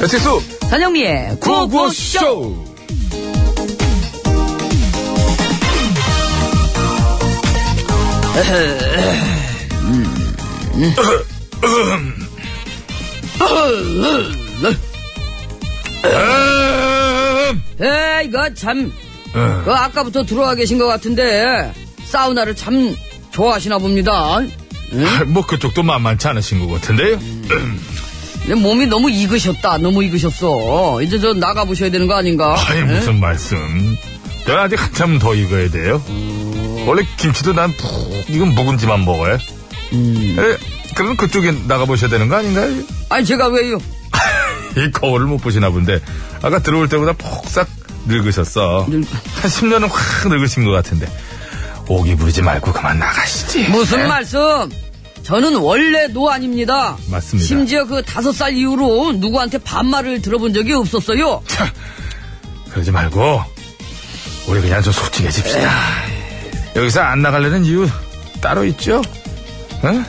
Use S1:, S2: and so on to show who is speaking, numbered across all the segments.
S1: 배치수
S2: 전영미의 구호구쇼! 에이, 이거 참, 그 아까부터 들어와 계신 것 같은데, 사우나를 참 좋아하시나 봅니다.
S3: 뭐 그쪽도 만만치 않으신 것 같은데요?
S2: 내 몸이 너무 익으셨다. 너무 익으셨어. 이제 저 나가보셔야 되는 거 아닌가?
S3: 아니 무슨 말씀? 난 아직 한참 더 익어야 돼요. 원래 김치도 난 푹 익은 묵은지만 먹어요.
S2: 음.
S3: 에, 그럼 그쪽에 나가보셔야 되는 거 아닌가요?
S2: 아니, 제가 왜요?
S3: 이 거울을 못 보시나 본데 아까 들어올 때보다 폭삭 늙으셨어. 한 10년은 확 늙으신 것 같은데 오기 부리지 말고 그만 나가시지. 네?
S2: 무슨 말씀? 저는 원래 노안입니다.
S3: 맞습니다.
S2: 심지어 그 다섯 살 이후로 누구한테 반말을 들어본 적이 없었어요.
S3: 그러지 말고 우리 그냥 좀 솔직해집시다. 여기서 안 나가려는 이유 따로 있죠? 응?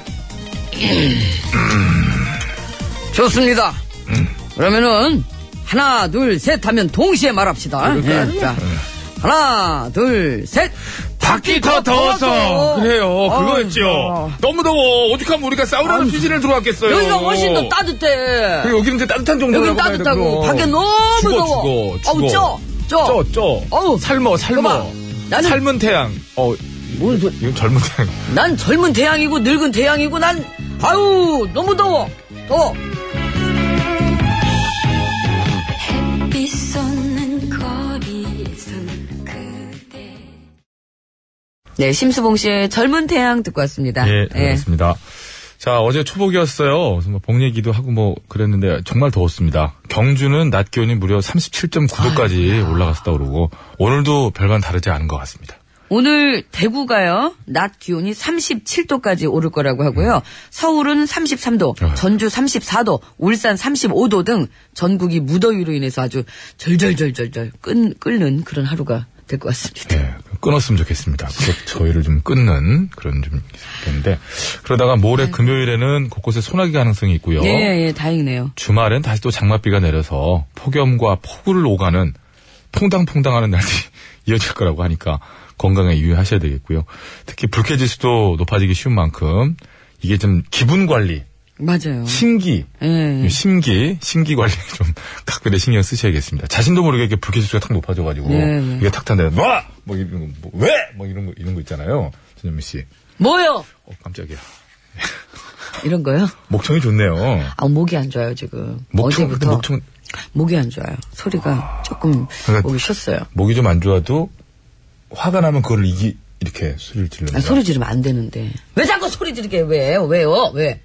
S2: 좋습니다.
S3: 음.
S2: 그러면은 하나 둘 셋 하면 동시에 말합시다. 예,
S3: 네.
S2: 자, 하나 둘 셋.
S3: 밖이 더 더워서 그래요 그거였죠 너무 더워 오죽하면 우리가 싸우라는 취지를 들어왔겠어요
S2: 여기가 훨씬 더 따뜻해.
S3: 그리고 여기는 이제 따뜻한 정도라고
S2: 여긴 따뜻하고 밖에 너무
S3: 죽어,
S2: 더워.
S3: 죽어,
S2: 어우 쪄,
S3: 죽어.
S2: 쪄. 어우,
S3: 쪄쪄 삶어
S2: 그만.
S3: 삶어
S2: 나는-
S3: 삶은 태양 어
S2: 뭔 소-
S3: 이건 젊은 태양
S2: 난 젊은 태양이고 늙은 태양이고 난 아유 너무 더워. 더워.
S4: 빛 솟는 거리에서 그대
S2: 네, 심수봉 씨의 젊은 태양 듣고 왔습니다.
S3: 예 알겠습니다 자 어제 초복이었어요 그래서 뭐복 얘기도 하고 뭐 그랬는데 정말 더웠습니다 경주는 낮 기온이 무려 37.9도까지 올라갔다 그러고 오늘도 별반 다르지 않은 것 같습니다
S2: 오늘 대구가요, 낮 기온이 37도까지 오를 거라고
S3: 음.
S2: 하고요. 서울은 33도,
S3: 어휴.
S2: 전주 34도, 울산 35도 등 전국이 무더위로 인해서 아주 절절절절절 끈, 끓는 그런 하루가 될 것 같습니다.
S3: 예, 끊었으면 좋겠습니다. 그 저희를 좀 끊는 그런 좀 있겠는데 그러다가 모레 금요일에는 곳곳에 소나기 가능성이 있고요.
S2: 예, 예, 다행이네요.
S3: 주말엔 다시 또 장맛비가 내려서 폭염과 폭우를 오가는 퐁당퐁당하는 날이 이어질 거라고 하니까 건강에 유의하셔야 되겠고요. 특히 불쾌지수도 높아지기 쉬운 만큼 이게 좀 기분 관리,
S2: 맞아요.
S3: 심기,
S2: 예.
S3: 이 심기, 심기 관리 좀 각별히 신경 쓰셔야겠습니다. 자신도 모르게 이렇게 불쾌지수가 탁 높아져가지고
S2: 예, 예.
S3: 이게 탁 탄다. 놔! 뭐 이런 거, 뭐 왜? 뭐 이런 거 이런 거 있잖아요. 전현미 씨.
S2: 뭐요?
S3: 어, 깜짝이야.
S2: 이런 거요?
S3: 목청이 좋네요.
S2: 아, 목이 안 좋아요, 지금.
S3: 목청, 근데
S2: 어제부터
S3: 목청,
S2: 목이 안 좋아요. 소리가 조금
S3: 그러니까
S2: 목이 쉬었어요. 아,
S3: 목이 좀 안 좋아도 화가 나면 그걸 이기 이렇게 소리를 지르는.
S2: 아, 소리 지르면 안 되는데. 왜 자꾸 소리 지르게 왜? 왜요? 왜?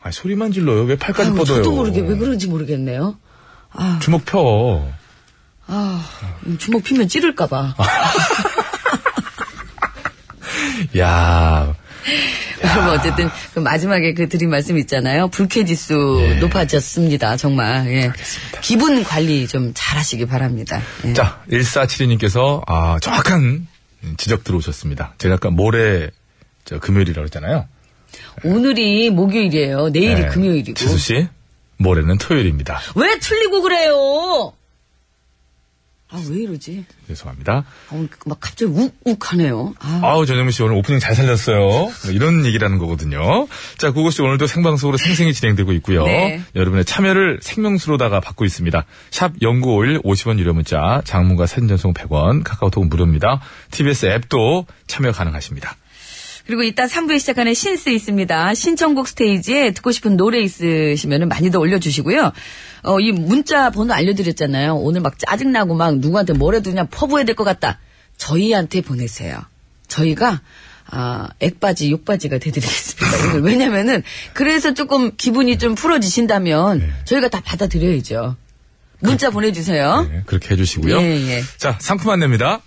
S3: 아니 소리만 질러요. 왜 팔까지
S2: 아유,
S3: 뻗어요?
S2: 저도 모르게 왜 그런지 모르겠네요.
S3: 주먹 펴.
S2: 음, 주먹 피면 찌를까봐.
S3: 아, 야,
S2: 그럼 어쨌든 그 마지막에 그 드린 말씀 있잖아요. 불쾌지수
S3: 예.
S2: 높아졌습니다. 정말. 예. 기분 관리 좀 잘하시기 바랍니다. 예.
S3: 자, 1472님께서, 아, 정확한 지적 들어오셨습니다. 제가 아까 모레, 저, 금요일이라고 했잖아요.
S2: 오늘이 목요일이에요. 내일이
S3: 네.
S2: 금요일이고.
S3: 지수씨, 모레는 토요일입니다.
S2: 왜 틀리고 그래요? 아, 왜 이러지?
S3: 죄송합니다.
S2: 어, 막 갑자기 욱욱하네요. 아,
S3: 아우, 전현무 씨 오늘 오프닝 잘 살렸어요. 네, 이런 얘기라는 거거든요. 자, 그것이 오늘도 생방송으로 생생히 진행되고 있고요.
S2: 네.
S3: 여러분의 참여를 생명수로다가 받고 있습니다. 샵 0951 50원 유료 문자, 장문과 사진 전송 100원, 카카오톡 무료입니다. TBS 앱도 참여 가능하십니다.
S2: 그리고 이따 3부에 시작하는 신스 있습니다. 신청곡 스테이지에 듣고 싶은 노래 있으시면 많이 더 올려주시고요. 어, 이 문자 번호 알려드렸잖아요. 오늘 막 짜증나고 막 누구한테 뭐래도 그냥 퍼부어야 될 것 같다. 저희한테 보내세요. 저희가 아, 액바지, 욕바지가 되드리겠습니다. 이걸 왜냐면은, 그래서 조금 기분이 좀 풀어지신다면,
S3: 네.
S2: 저희가 다 받아들여야죠. 문자 보내주세요.
S3: 네, 그렇게 해주시고요.
S2: 예, 예.
S3: 자, 상품 안내입니다.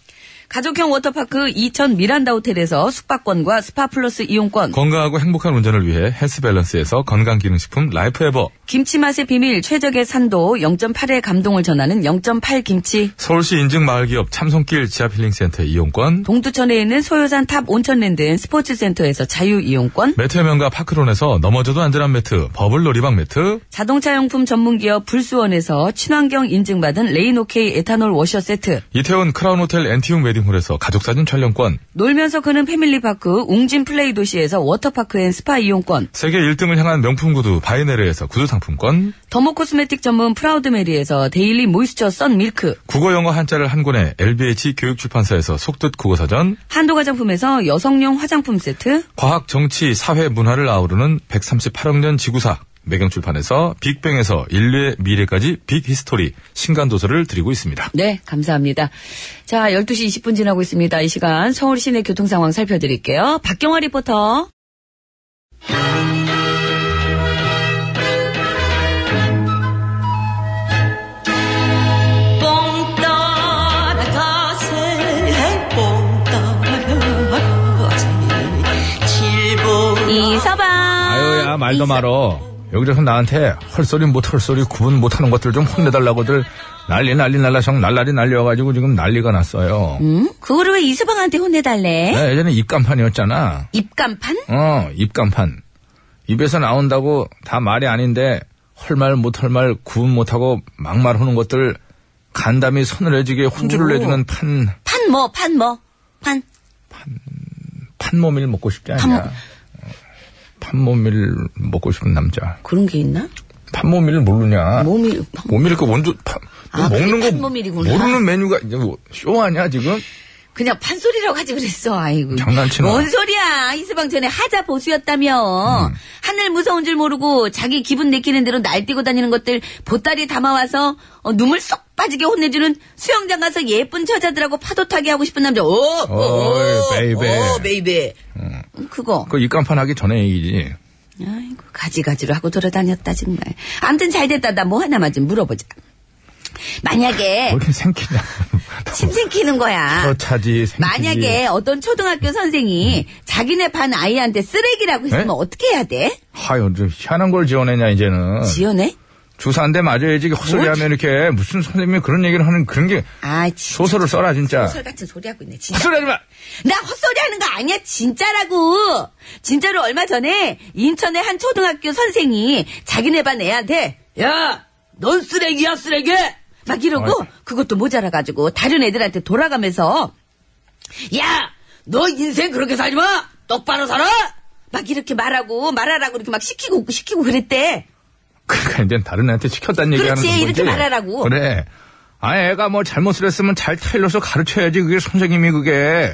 S2: 가족형 워터파크 이천 미란다 호텔에서 숙박권과 스파 플러스 이용권.
S3: 건강하고 행복한 운전을 위해 헬스 밸런스에서 건강기능식품 라이프에버,
S2: 김치 맛의 비밀 최적의 산도 0.8의 감동을 전하는 0.8 김치
S3: 서울시 인증 마을기업 참손길 지하필링센터 이용권,
S2: 동두천에 있는 소요산 탑 온천랜드 앤 스포츠센터에서 자유 이용권
S3: 매트의 명가 파크론에서 넘어져도 안전한 매트, 버블 놀이방 매트,
S2: 자동차 용품 전문기업 불수원에서 친환경 인증받은 레인오케이 에탄올 워셔 세트
S3: 이태원 크라운 호텔 엔티움 웨딩홀에서 가족사진 촬영권,
S2: 놀면서 크는 패밀리파크 웅진 플레이 도시에서 워터파크 앤 스파 이용권
S3: 세계 1등을 향한 명품 구두 바이네르에서 구두 상품권,
S2: 더모 코스메틱 전문 프라우드메리에서 데일리 모이스처 썬 밀크
S3: 국어 영어 한자를 한 권에 LBH 교육출판사에서 속뜻 국어사전,
S2: 한도 화장품에서 여성용 화장품 세트
S3: 과학, 정치, 사회, 문화를 아우르는 138억 년 지구사, 매경출판에서 빅뱅에서 인류의 미래까지 빅히스토리 신간도서를 드리고 있습니다.
S2: 네, 감사합니다. 자, 12시 20분 지나고 있습니다. 이 시간 서울 시내 교통 상황 살펴드릴게요. 박경화 리포터. 이서방.
S3: 아유야 말도 말어. 여기서 나한테 헐소리 못 헐소리 구분 못하는 것들 좀 혼내달라고들 난리 난리 날라성 날라리 날려가지고 지금 난리가 났어요.
S2: 응? 음, 그거를 왜 이서방한테 혼내달래?
S3: 나 예전에 입간판이었잖아.
S2: 입간판?
S3: 어 입간판. 입에서 나온다고 다 말이 아닌데 헐말 못 할 말 구분 못하고 막말 하는 것들 간담이 서늘해지게 혼주를
S2: 오.
S3: 내주는 판
S2: 판 뭐, 판 뭐. 판.
S3: 판모밀 먹고 싶지 않냐? 어,
S2: 판모-
S3: 판모밀 먹고 싶은 남자.
S2: 그런 게 있나?
S3: 판모밀을 모르냐?
S2: 몸이, 판-
S3: 모밀 그 원조 파,
S2: 뭐? 아, 그게
S3: 먹는 거
S2: 판모밀이구나.
S3: 모르는 메뉴가 이제 뭐 쇼하냐 지금?
S2: 그냥 판소리라고 하지 그랬어, 아이고.
S3: 장난치나.
S2: 뭔 소리야. 이서방 전에 하자 보수였다며.
S3: 음.
S2: 하늘 무서운 줄 모르고 자기 기분 내키는 대로 날뛰고 다니는 것들 보따리 담아와서 어, 눈물 쏙 빠지게 혼내주는 수영장 가서 예쁜 처자들하고 파도 타기 하고 싶은 남자. 오, 오,
S3: 어이, 베이베.
S2: 오, 베이베. 음, 그거.
S3: 그 입간판 하기 전에 얘기지.
S2: 아이고, 가지가지로 하고 돌아다녔다, 정말. 암튼 잘 됐다. 나 뭐 하나만 좀 물어보자.
S3: 왜
S2: 만약에
S3: 이렇게 생기냐?
S2: 침 생기는 거야.
S3: 차지 생기지. 예.
S2: 아, 만약에 어떤 초등학교 선생이 자기네 반 아이한테 쓰레기라고 했으면
S3: 에?
S2: 어떻게 해야 돼?
S3: 하여 좀 희한한 걸 지어내냐 이제는.
S2: 지연해?
S3: 주사 한 대 맞아야지 헛소리하면 이렇게 무슨 선생님이 그런 얘기를 하는 그런 게
S2: 아, 진짜.
S3: 소설을 써라 진짜.
S2: 소설 같은 소리 하고 있네, 진짜.
S3: 헛소리하지 마.
S2: 나 헛소리 하는 거 아니야, 진짜라고! 진짜로 얼마 전에 인천의 한 초등학교 선생이 자기네 반 애한테, 야! 넌 쓰레기야, 쓰레기! 막 이러고,
S3: 어이.
S2: 그것도 모자라가지고, 다른 애들한테 돌아가면서, 야! 너 인생 그렇게 살지 마! 똑바로 살아! 막 이렇게 말하고, 말하라고 이렇게 막 시키고, 시키고 그랬대.
S3: 그러니까 이제 다른 애한테 시켰다는 얘기하는
S2: 그렇지,
S3: 거지.
S2: 이렇게 말하라고.
S3: 그래. 아 애가 뭐 잘못을 했으면 잘 타일러서 가르쳐야지 그게 선생님이 그게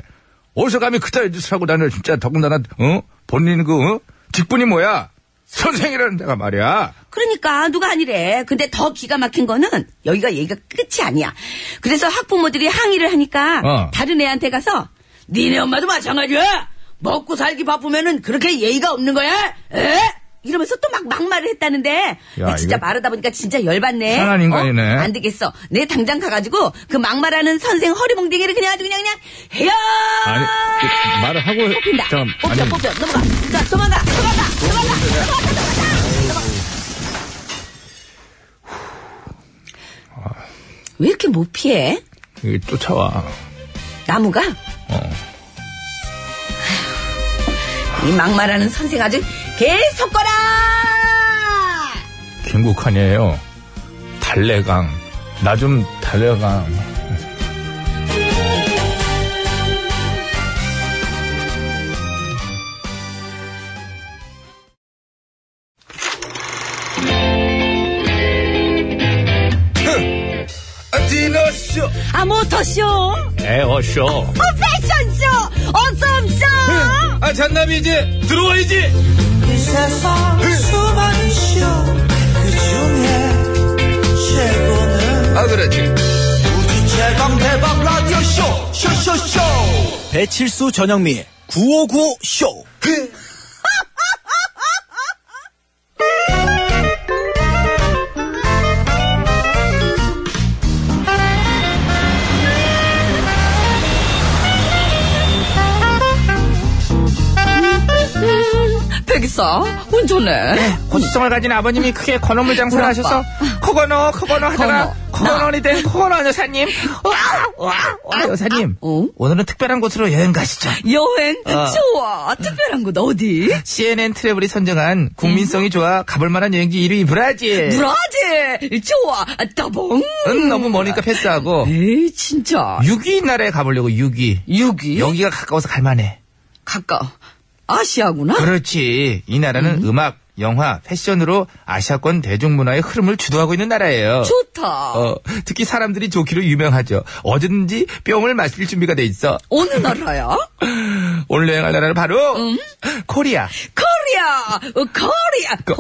S3: 어디서 감히 그따위 짓을 하고 다녀 진짜 더군다나 어 본인 그 어? 직분이 뭐야 선생이라는 데가 말이야
S2: 그러니까 누가 아니래. 근데 더 기가 막힌 거는 여기가 얘기가 끝이 아니야. 그래서 학부모들이 항의를 하니까
S3: 어.
S2: 다른 애한테 가서 니네 엄마도 마찬가지야. 먹고 살기 바쁘면은 그렇게 예의가 없는 거야. 에? 이러면서 또 막 막말을 했다는데 근데 진짜
S3: 이거-
S2: 말하다 보니까 진짜 열받네.
S3: 희한한 인간이네.
S2: 어? 안 되겠어. 내 당장 가가지고 그 막말하는 선생 허리몽댕이를 그냥 아주 그냥 그냥 해야.
S3: 아니 그 말을 하고
S2: 뽑힌다.
S3: 잠깐
S2: 뽑혀,
S3: 아니,
S2: 뽑혀. 넘어가. 자, 도망가. 도망가. 도망가. 도망가. 도망가. 왜 이렇게 못 피해?
S3: 이게 쫓아와
S2: 나무가?
S3: 어.
S2: 이 막말하는 선생 아주 계속 거라!
S3: 김국환이에요 달래강 나 좀 달래강 쇼
S2: 아, 모터쇼!
S3: 에어쇼
S2: 어, 패션쇼! 어썸쇼!
S3: 아 잔남이 이제 들어와야지
S5: 이 세상 수많은 쇼그 중에 최고는
S3: 아 그렇지
S5: 우주 최강 대박 라디오 쇼 쇼쇼쇼 배칠수 전영미 959 쇼.
S2: 백이사, 혼자네.
S3: 고시성을 가진 아버님이 크게 건어물 장사를
S2: 우리
S3: 하셔서 코건어 코건어 하다가
S2: 건어,
S3: 코건어니 된 코건어 여사님 와와와 아, 여사님
S2: 어?
S3: 오늘은 특별한 곳으로 여행 가시죠
S2: 여행,
S3: 어.
S2: 좋아. 특별한 곳 어디?
S3: 예. CNN 트래블이 선정한 국민성이 좋아 가볼 만한 여행지 1위 브라질
S2: 브라질, 좋아.
S3: 은
S2: 따봉.
S3: 음, 너무 머니까 패스하고
S2: 에이, 진짜.
S3: 6위 나라에 가보려고 6위
S2: 여기?
S3: 여기가 가까워서 갈만해
S2: 가까워. 아시아구나?
S3: 그렇지 이 나라는 음. 악 영화, 패션으로 아시아권 대중문화의 흐름을 주도하고 있는 나라예요.
S2: 좋다.
S3: 어, 특히 사람들이 좋기로 유명하죠. 어제든지 뿅을 마실 준비가 돼 있어.
S2: 어느 나라야?
S3: 오늘 여행할 나라는 바로 코리아.
S2: 코리아! 어, 코리아!
S3: 그,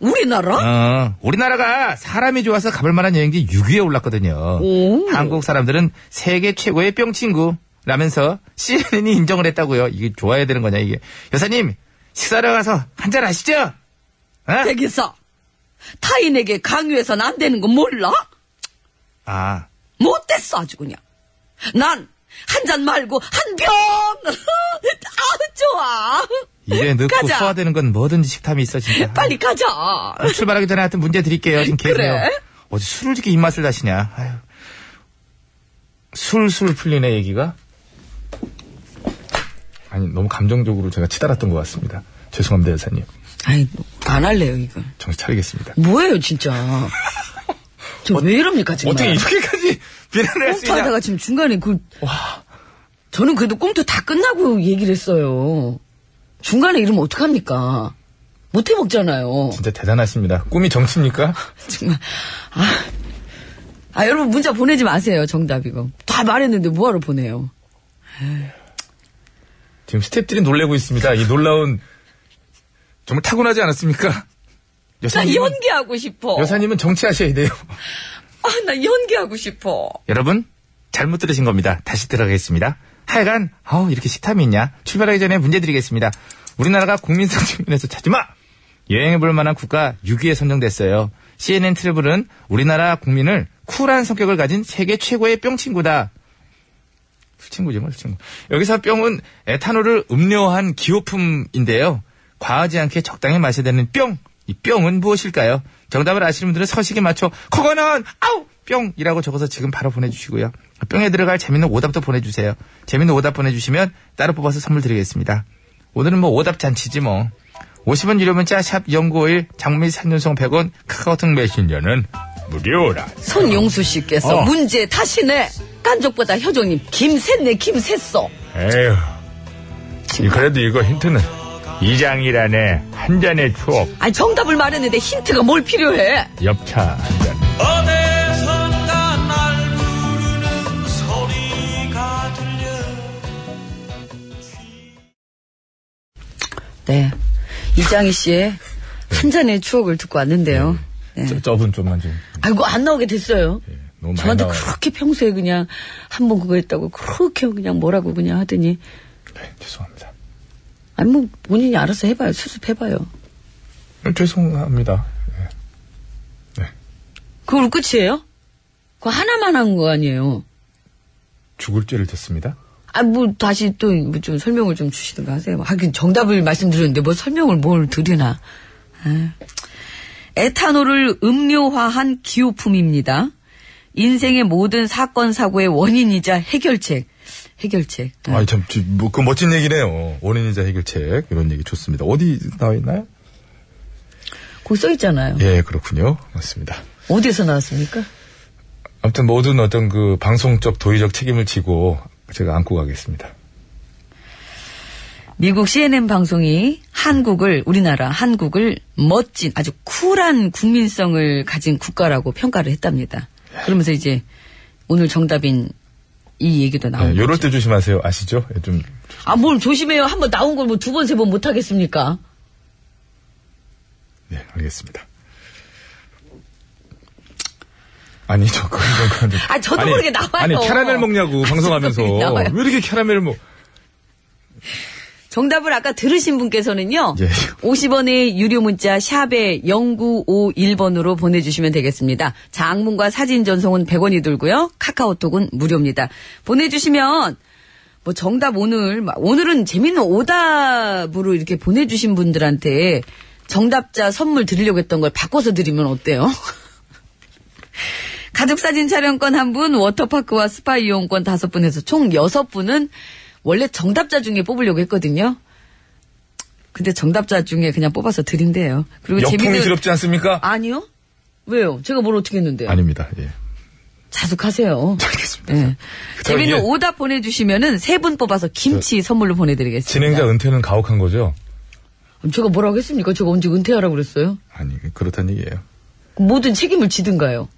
S2: 우리나라?
S3: 어, 우리나라가 사람이 좋아서 가볼 만한 여행지 6위에 올랐거든요.
S2: 오.
S3: 한국 사람들은 세계 최고의 뿅 친구 라면서 CNN이 인정을 했다고요. 이게 좋아야 되는 거냐 이게. 여사님 식사하러 가서 한잔 하시죠. 어?
S2: 백이사. 타인에게 강요해선 안 되는 거 몰라?
S3: 아
S2: 못됐어, 아주 그냥. 난, 한 잔 말고, 한 병! 아, 좋아.
S3: 입에 넣고
S2: 가자.
S3: 소화되는 건 뭐든지 식탐이 있어 진짜.
S2: 빨리 가자.
S6: 어,
S3: 아, 출발하기 전에 하여튼 문제 드릴게요. 지금
S2: 그래?
S3: 개그네요. 어제 술을 이렇게 입맛을 다시냐. 아유. 술술 풀리네 얘기가.
S6: 아니 너무 감정적으로 제가 치달았던 것 같습니다. 죄송합니다 여사님.
S2: 아이, 안 할래요, 이거.
S6: 정신 차리겠습니다.
S2: 뭐예요, 진짜. 저 왜 이럽니까, 정말.
S6: 어떻게 이렇게까지 비난을 할 수 있냐?
S2: 꽁투하다가 지금 중간에 그. 저는 그래도 꽁투 다 끝나고 얘기를 했어요. 중간에 이러면 어떡합니까? 못해 먹잖아요.
S6: 진짜 대단하십니다. 꿈이 정치입니까?
S2: 정말. 아. 아, 여러분 문자 보내지 마세요, 정답 이거. 다 말했는데 뭐하러 보내요.
S6: 지금 스탭들이 놀래고 있습니다. 이 놀라운 정말 타고나지 않았습니까?
S2: 나
S6: 여사님
S2: 연기하고 싶어.
S6: 여사님은 정치하셔야 돼요.
S2: 아, 나 연기하고 싶어.
S3: 여러분 잘못 들으신 겁니다. 다시 들어가겠습니다. 하여간 아우 이렇게 식탐이 있냐. 출발하기 전에 문제 드리겠습니다. 우리나라가 국민성 측면에서 찾지마. 여행해볼 만한 국가 6위에 선정됐어요. CNN 트래블은 우리나라 국민을 쿨한 성격을 가진 세계 최고의 뿅 친구다. 술친구지 뭐 술친구. 여기서 뿅은 에탄올을 음료한 기호품인데요. 과하지 않게 적당히 마셔야 되는 뿅. 이 뿅은 무엇일까요? 정답을 아시는 분들은 서식에 맞춰 그거는 아우 뿅이라고 적어서 지금 바로 보내주시고요. 뿅에 들어갈 재밌는 오답도 보내주세요. 재밌는 오답 보내주시면 따로 뽑아서 선물 드리겠습니다. 오늘은 뭐 오답 잔치지 뭐. 50원 유료 문자 샵 0951, 장미 산윤성 100원, 카카오톡 메신저는 무료라.
S2: 손용수 씨께서
S3: 어.
S2: 문제 다시네. 깐족보다 효정님 김샜네 김샜어.
S6: 에휴. 이- 그래도 이거 힌트는 이장이란의 한 잔의 추억
S2: 아니 정답을 말했는데 힌트가 뭘 필요해?
S6: 엽차 한 잔.
S5: 어디선가 날 부르는 소리가 들려.
S2: 네. 이장희 씨의 한 잔의 추억을 듣고 왔는데요. 네.
S6: 저- 저분 좀만 좀.
S2: 아이고, 안 나오게 됐어요.
S6: 너무 네, 뭐 많이
S2: 저한테
S6: 나와요.
S2: 그렇게 평소에 그냥 한 번 그거 했다고 그렇게 그냥 뭐라고 그냥 하더니,
S6: 네, 죄송합니다.
S2: 아니, 뭐, 본인이 알아서 해봐요. 수습해봐요.
S6: 네, 죄송합니다. 네.
S2: 그걸 끝이에요? 그거 하나만 한 거 아니에요?
S6: 죽을 죄를 졌습니다.
S2: 아, 뭐, 다시 또 좀 설명을 좀 주시든가 하세요. 하긴 정답을 말씀드렸는데 뭐 설명을 뭘 드리나. 아. 에탄올을 음료화한 기호품입니다. 인생의 모든 사건, 사고의 원인이자 해결책. 해결책. 아,
S6: 아이 참, 지- 뭐, 그 멋진 얘기네요. 원인이자 해결책 이런 얘기 좋습니다. 어디 나와 있나요?
S2: 거기 써있잖아요.
S6: 예, 그렇군요. 맞습니다.
S2: 어디에서 나왔습니까?
S6: 아무튼 모든 어떤 그 방송적 도의적 책임을 지고 제가 안고 가겠습니다.
S2: 미국 CNN 방송이 한국을, 우리나라 한국을 멋진, 아주 쿨한 국민성을 가진 국가라고 평가를 했답니다. 그러면서 이제 오늘 정답인 이 얘기도 나오고.
S3: 네, 요럴 때 조심하세요. 아시죠? 예, 좀
S2: 아, 뭘 조심해요. 한 번 나온 걸 뭐 두 번, 세 번 못하겠습니까?
S3: 네, 알겠습니다. 아니, 저, 그런 건. 좀-
S2: 아, 저도 모르게 나와요.
S3: 아니, 캐러멜 먹냐고,
S2: 아,
S3: 방송하면서.
S2: 저도 모르게 나와요.
S3: 왜 이렇게 캐러멜 먹.
S2: 정답을 아까 들으신 분께서는요.
S3: 예.
S2: 50원의 유료 문자 샵에 0951번으로 보내주시면 되겠습니다. 장문과 사진 전송은 100원이 들고요. 카카오톡은 무료입니다. 보내주시면 뭐 정답 오늘 막- 오늘은 재밌는 오답으로 이렇게 보내주신 분들한테 정답자 선물 드리려고 했던 걸 바꿔서 드리면 어때요? 가족 사진 촬영권 한 분, 워터파크와 스파 이용권 다섯 분에서 총 여섯 분은 원래 정답자 중에 뽑으려고 했거든요. 근데 정답자 중에 그냥 뽑아서 드린대요. 그리고
S3: 역풍이
S2: 재밌는
S3: 지럽지 않습니까?
S2: 아니요? 네. 왜요? 제가 뭘 어떻게 했는데요?
S3: 아닙니다. 예.
S2: 자숙하세요.
S3: 알겠습니다.
S2: 예.
S3: 저
S2: 재밌는
S3: 이게-
S2: 오답 보내주시면은 세 분 뽑아서 김치 선물로 보내드리겠습니다.
S3: 네. 진행자 은퇴는 가혹한 거죠?
S2: 제가 뭐라고 했습니까? 제가 언제 은퇴하라고 그랬어요?
S3: 아니, 그렇단 얘기예요.
S2: 모든 책임을 지든가요?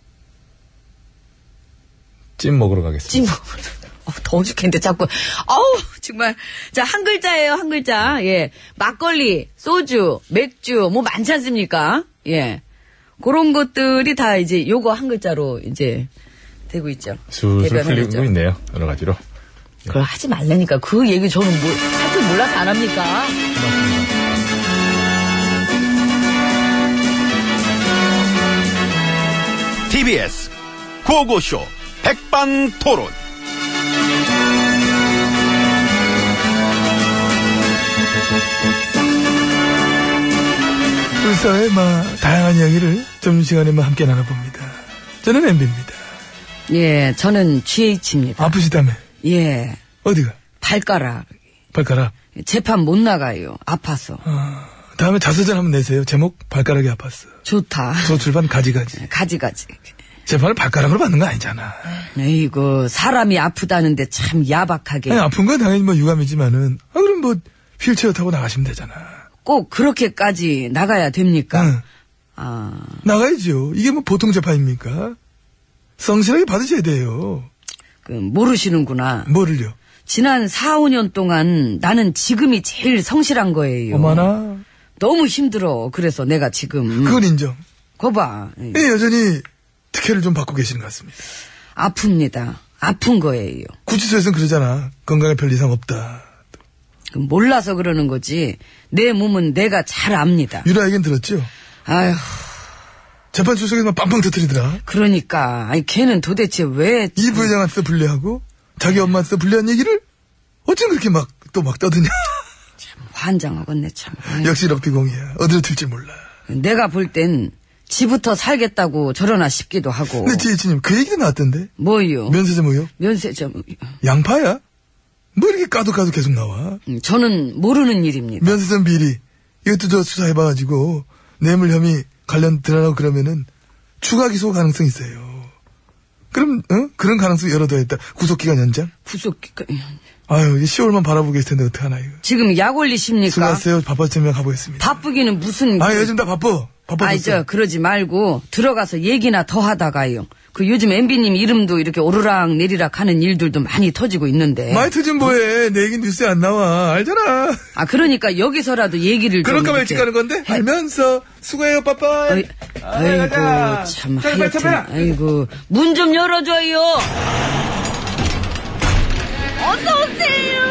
S3: 찜 먹으러 가겠습니다.
S2: 찜 먹으러. 어, 더워 죽겠는데 자꾸. 아우 정말. 자 한 글자예요 한 글자. 예. 막걸리, 소주, 맥주 뭐 많지 않습니까? 예. 그런 것들이 다 이제 요거 한 글자로 이제 되고 있죠.
S3: 술술
S2: 대변하고
S3: 풀리고
S2: 있죠.
S3: 있네요. 여러 가지로.
S2: 그걸 하지 말라니까. 그 얘기 저는 뭘, 하여튼 몰라서 안 합니까?
S7: TBS 구호고쇼 백반토론
S3: 불사의 마, 다양한 이야기를 점심시간에만 함께 나눠봅니다. 저는 엠비입니다.
S2: 예, 저는 GH입니다.
S3: 아프시다며.
S2: 예,
S3: 어디가?
S2: 발가락.
S3: 발가락. 어,
S2: 재판 못 나가요. 아파서.
S3: 다음에 자서전 한번 내세요. 제목, 발가락이 아팠어.
S2: 좋다.
S3: 소출판 가지가지.
S2: 가지가지.
S3: 재판을 발가락으로 받는 거 아니잖아.
S2: 이거 사람이 아프다는데 참 야박하게
S3: 아니, 아픈 건 당연히 뭐 유감이지만은, 아, 그럼 뭐, 휠체어 타고 나가시면 되잖아.
S2: 꼭 그렇게까지 나가야 됩니까?
S3: 응.
S2: 아,
S3: 나가야죠. 이게 뭐 보통 재판입니까? 성실하게 받으셔야 돼요.
S2: 그 모르시는구나.
S3: 뭐를요?
S2: 지난 4, 5년 동안 나는 지금이 제일 성실한 거예요.
S3: 어마나.
S2: 너무 힘들어. 그래서 내가 지금 음,
S3: 그건 인정.
S2: 거봐. 예.
S3: 예, 여전히 특혜를 좀 받고 계시는 것 같습니다.
S2: 아픕니다. 아픈 거예요.
S3: 구치소에서는 그러잖아. 건강에 별 이상 없다.
S2: 그 몰라서 그러는 거지. 내 몸은 내가 잘 압니다.
S3: 유라에겐 들었죠?
S2: 아휴,
S3: 재판 출석에서만 빵빵 터뜨리더라.
S2: 그러니까. 아니, 걔는 도대체 왜.
S3: 이 부회장한테도 불리하고, 자기 엄마한테도 불리한 얘기를, 어쩜 그렇게 막, 또 막 떠드냐.
S2: 환장하겠네, 참. 아유,
S3: 역시 럭비공이야. 어디로 튈지 몰라.
S2: 내가 볼 땐 지부터 살겠다고 저러나 싶기도 하고.
S3: 근데 지혜진님, 그 얘기도 나왔던데?
S2: 뭐요?
S3: 면세점 의혹?
S2: 면세점.
S3: 양파야? 뭐 이렇게 까도까도 계속 나와?
S2: 음, 저는 모르는 일입니다.
S3: 면세점 비리. 이것도 저 수사해봐가지고, 뇌물 혐의 관련 드러나고 그러면은, 추가 기소 가능성이 있어요. 그럼, 어? 그런 가능성 열어둬야겠다. 구속기간 연장?
S2: 구속 그,
S3: 아유, 이제 10월만 바라보고 있을 텐데, 어떡하나, 이거.
S2: 지금 약 올리십니까?
S3: 수고하세요. 바빠지면 가보겠습니다.
S2: 바쁘기는 무슨.
S3: 아, 요즘 다 바빠. 바빠.
S2: 아이, 저, 그러지 말고, 들어가서 얘기나 더 하다가요. 그 요즘 MB님 이름도 이렇게 오르락 내리락 하는 일들도 많이 터지고 있는데.
S3: 마이트 좀 뭐해. 내 얘기 뉴스에 안 나와. 알잖아.
S2: 아, 그러니까 여기서라도 얘기를 좀.
S3: 그럴까봐 일찍
S2: 이렇게.
S3: 가는 건데? 알면서. 수고해요, 빠빠.
S2: 어이, 아이고, 참, 하여튼, 아이고. 문 좀 열어줘요! 어서오세요!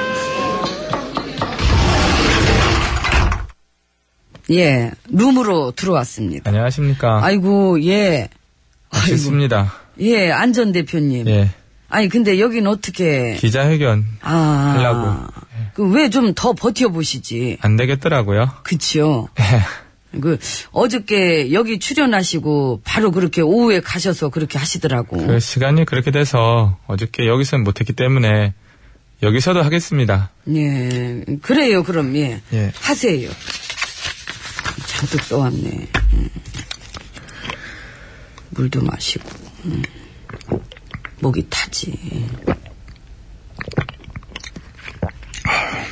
S2: 예, 룸으로 들어왔습니다.
S1: 안녕하십니까.
S2: 아이고, 예. 아이고,
S1: 좋습니다.
S2: 예, 안전 대표님.
S1: 예.
S2: 아니, 근데 여긴 어떻게.
S1: 기자회견
S2: 아.
S1: 하려고.
S2: 그왜 좀 더 버텨보시지.
S1: 안 되겠더라고요.
S2: 그치요?
S3: 예,
S2: 그 어저께 여기 출연하시고 바로 그렇게 오후에 가셔서 그렇게 하시더라고.
S1: 그 시간이 그렇게 돼서 어저께 여기서는 못했기 때문에 여기서도 하겠습니다.
S2: 예. 그래요, 그럼 예.
S1: 예.
S2: 하세요. 잔뜩 써왔네. 음. 물도 마시고. 음. 목이 타지.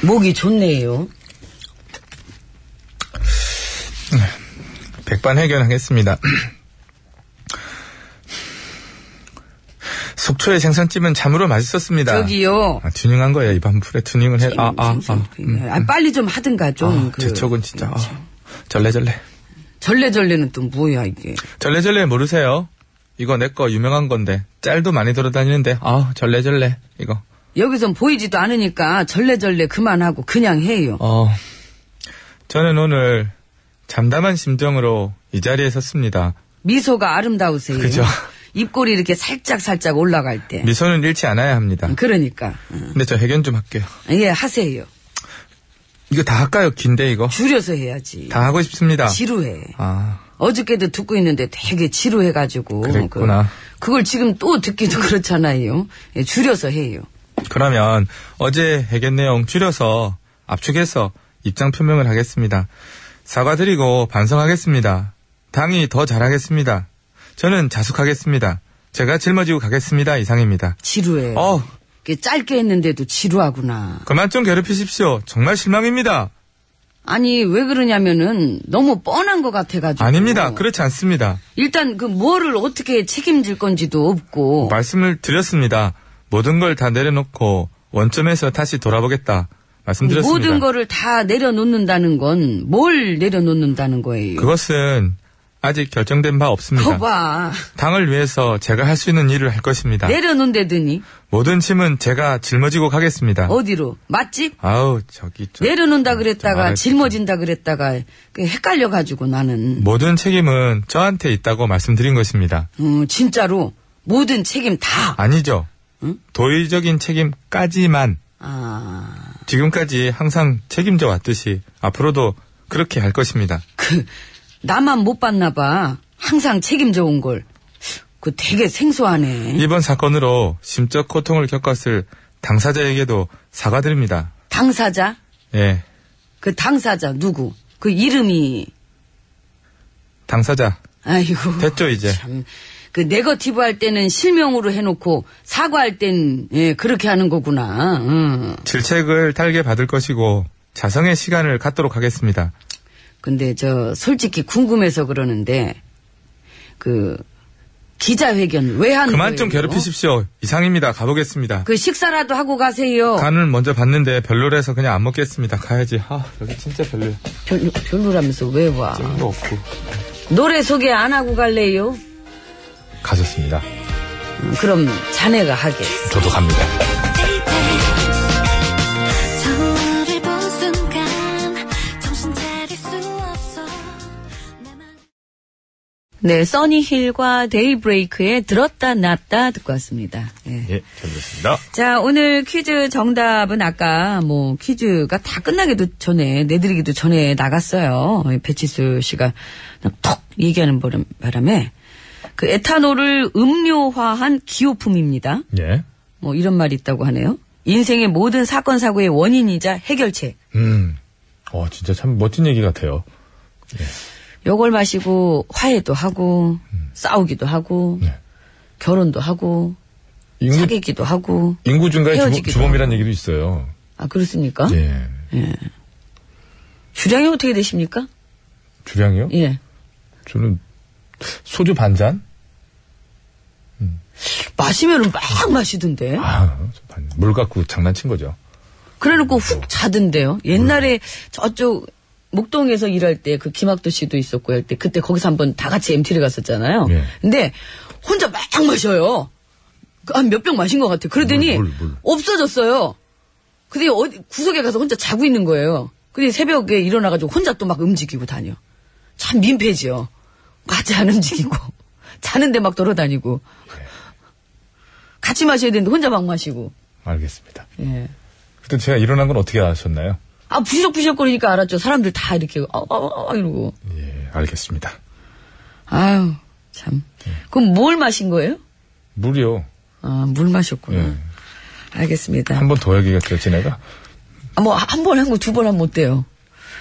S2: 목이 좋네요.
S1: 백반회견 하겠습니다. 속
S3: 속초의 생선찜은 참으로 맛있었습니다.
S2: 저기요.
S3: 아, 튜닝한 거예요. 입안 풀에 튜닝을 해. 아, 아, 아. 음.
S2: 아, 빨리 좀 하든가 좀.
S3: 아,
S2: 그,
S3: 제 척은 진짜. 아,
S2: 그렇지.
S3: 절레절레.
S2: 절레절레는 또 뭐야 이게.
S3: 절레절레 모르세요? 이거 내 거 유명한 건데. 짤도 많이 돌아다니는데. 아, 절레절레. 이거.
S2: 여기선 보이지도 않으니까 절레절레 그만하고 그냥 해요.
S3: 어, 저는 오늘 잠담한 심정으로 이 자리에 섰습니다.
S2: 미소가 아름다우세요.
S3: 그죠.
S2: 입꼬리 이렇게 살짝 살짝 올라갈 때.
S3: 미소는 잃지 않아야 합니다.
S2: 그러니까 어.
S3: 근데 저 해견 좀 할게요.
S2: 예 하세요.
S3: 이거 다 할까요? 긴데 이거.
S2: 줄여서 해야지.
S3: 다 하고 싶습니다.
S2: 지루해.
S3: 아,
S2: 어저께도 듣고 있는데 되게 지루해가지고.
S3: 그랬구나.
S2: 그, 걸 지금 또 듣기도 그렇잖아요. 예, 줄여서 해요.
S3: 그러면 어제 해견 내용 줄여서 압축해서 입장 표명을 하겠습니다. 사과드리고 반성하겠습니다. 당이 더 잘하겠습니다. 저는 자숙하겠습니다. 제가 짊어지고 가겠습니다. 이상입니다.
S2: 지루해.
S3: 어,
S2: 이게 짧게 했는데도 지루하구나.
S3: 그만 좀 괴롭히십시오. 정말 실망입니다.
S2: 아니, 왜 그러냐면은 너무 뻔한 것 같아가지고.
S3: 아닙니다. 그렇지 않습니다.
S2: 일단 그 뭐를 어떻게 책임질 건지도 없고.
S3: 말씀을 드렸습니다. 모든 걸 다 내려놓고 원점에서 다시 돌아보겠다. 말씀드렸습니다.
S2: 모든 거를 다 내려놓는다는 건 뭘 내려놓는다는 거예요.
S3: 그것은 아직 결정된 바 없습니다.
S2: 거봐.
S3: 당을 위해서 제가 할 수 있는 일을 할 것입니다.
S2: 내려놓는다더니
S3: 모든 짐은 제가 짊어지고 가겠습니다.
S2: 어디로? 맞지?
S3: 아우 저기 좀
S2: 내려놓는다
S3: 좀
S2: 그랬다가
S3: 알아요.
S2: 짊어진다 그랬다가 그 헷갈려가지고 나는
S3: 모든 책임은 저한테 있다고 말씀드린 것입니다.
S2: 음, 진짜로 모든 책임 다.
S3: 아니죠. 도의적인 책임까지만
S2: 아,
S3: 지금까지 항상 책임져 왔듯이 앞으로도 그렇게 할 것입니다.
S2: 그 나만 못 봤나 봐. 항상 책임져 온 걸. 그 되게 생소하네.
S3: 이번 사건으로 심적 고통을 겪었을 당사자에게도 사과드립니다.
S2: 당사자?
S3: 예,
S2: 그 당사자 누구? 그 이름이
S3: 당사자
S2: 아이고.
S3: 됐죠 이제.
S2: 참. 그 네거티브 할 때는 실명으로 해놓고 사과할 땐 예, 그렇게 하는 거구나. 어. 응.
S3: 질책을 달게 받을 것이고 자성의 시간을 갖도록 하겠습니다.
S2: 근데 저 솔직히 궁금해서 그러는데 그 기자회견 왜 하는
S3: 그만
S2: 거예요?
S3: 좀 괴롭히십시오. 이상입니다. 가보겠습니다.
S2: 그 식사라도 하고 가세요.
S3: 간을 먼저 봤는데 별로라서 그냥 안 먹겠습니다. 가야지. 아 여기 진짜 별로야.
S2: 별로, 별로라면서 왜 와?
S3: 이거 없고.
S2: 노래 소개 안 하고 갈래요?
S8: 가셨습니다.
S2: 음, 그럼 자네가 하게.
S8: 저도 갑니다.
S9: 저를 본 순간 정신 차릴 수 없어 내맘
S2: 네, 써니힐과 데이브레이크의 들었다 놨다 듣고 왔습니다. 예.
S8: 예, 잘 들었습니다.
S2: 자, 오늘 퀴즈 정답은 아까 뭐 퀴즈가 다 끝나기도 전에, 내드리기도 전에 나갔어요. 배치수 씨가 그냥 톡 얘기하는 바람- 바람에 그 에탄올을 음료화한 기호품입니다.
S8: 예.
S2: 뭐 이런 말이 있다고 하네요. 인생의 모든 사건, 사고의 원인이자 해결책.
S8: 음. 어, 진짜 참 멋진 얘기 같아요.
S2: 요걸 마시고 화해도 하고, 싸우기도 하고,
S8: 네.
S2: 결혼도 하고,
S8: 인구,
S2: 사귀기도 하고.
S8: 인구 증가의 주,
S2: 헤어지기도
S8: 주범이라는 얘기도 있어요.
S2: 아, 그렇습니까?
S3: 네.
S8: 예.
S2: 주량이 어떻게 되십니까?
S8: 주량이요?
S2: 예.
S8: 저는 소주 반 잔?
S2: 마시면은 막 마시던데.
S8: 아, 저반 잔. 물 갖고 장난친 거죠.
S2: 그래놓고 훅 자던데요. 옛날에 저쪽 목동에서 일할 때 그 김학도 씨도 있었고 할 때 그때 거기서 한번 다 같이 MT를 갔었잖아요.
S8: 예.
S2: 근데 혼자 막 마셔요. 그 한 몇 병 마신 것 같아. 그러더니
S8: 물, 물, 물.
S2: 없어졌어요. 근데 어디 구석에 가서 혼자 자고 있는 거예요. 근데 새벽에 일어나가지고 혼자 또 막 움직이고 다녀. 참 민폐지요. 같이 안 움직이고 자는데 막 돌아다니고
S8: 예.
S2: 같이 마셔야 되는데 혼자 막 마시고.
S8: 알겠습니다.
S2: 예.
S8: 그때 제가 일어난 건 어떻게 아셨나요?
S2: 아, 부시적부시적거리니까 알았죠. 사람들 다 이렇게, 어, 어, 어, 이러고.
S8: 예, 알겠습니다.
S2: 아유, 참. 그럼 뭘 마신 거예요?
S8: 물이요.
S2: 아, 물 마셨구나.
S8: 예.
S2: 알겠습니다.
S8: 한 번 더 얘기했어요, 지내가.
S2: 아, 뭐, 한 번, 한 거, 두 번 하면 어때요?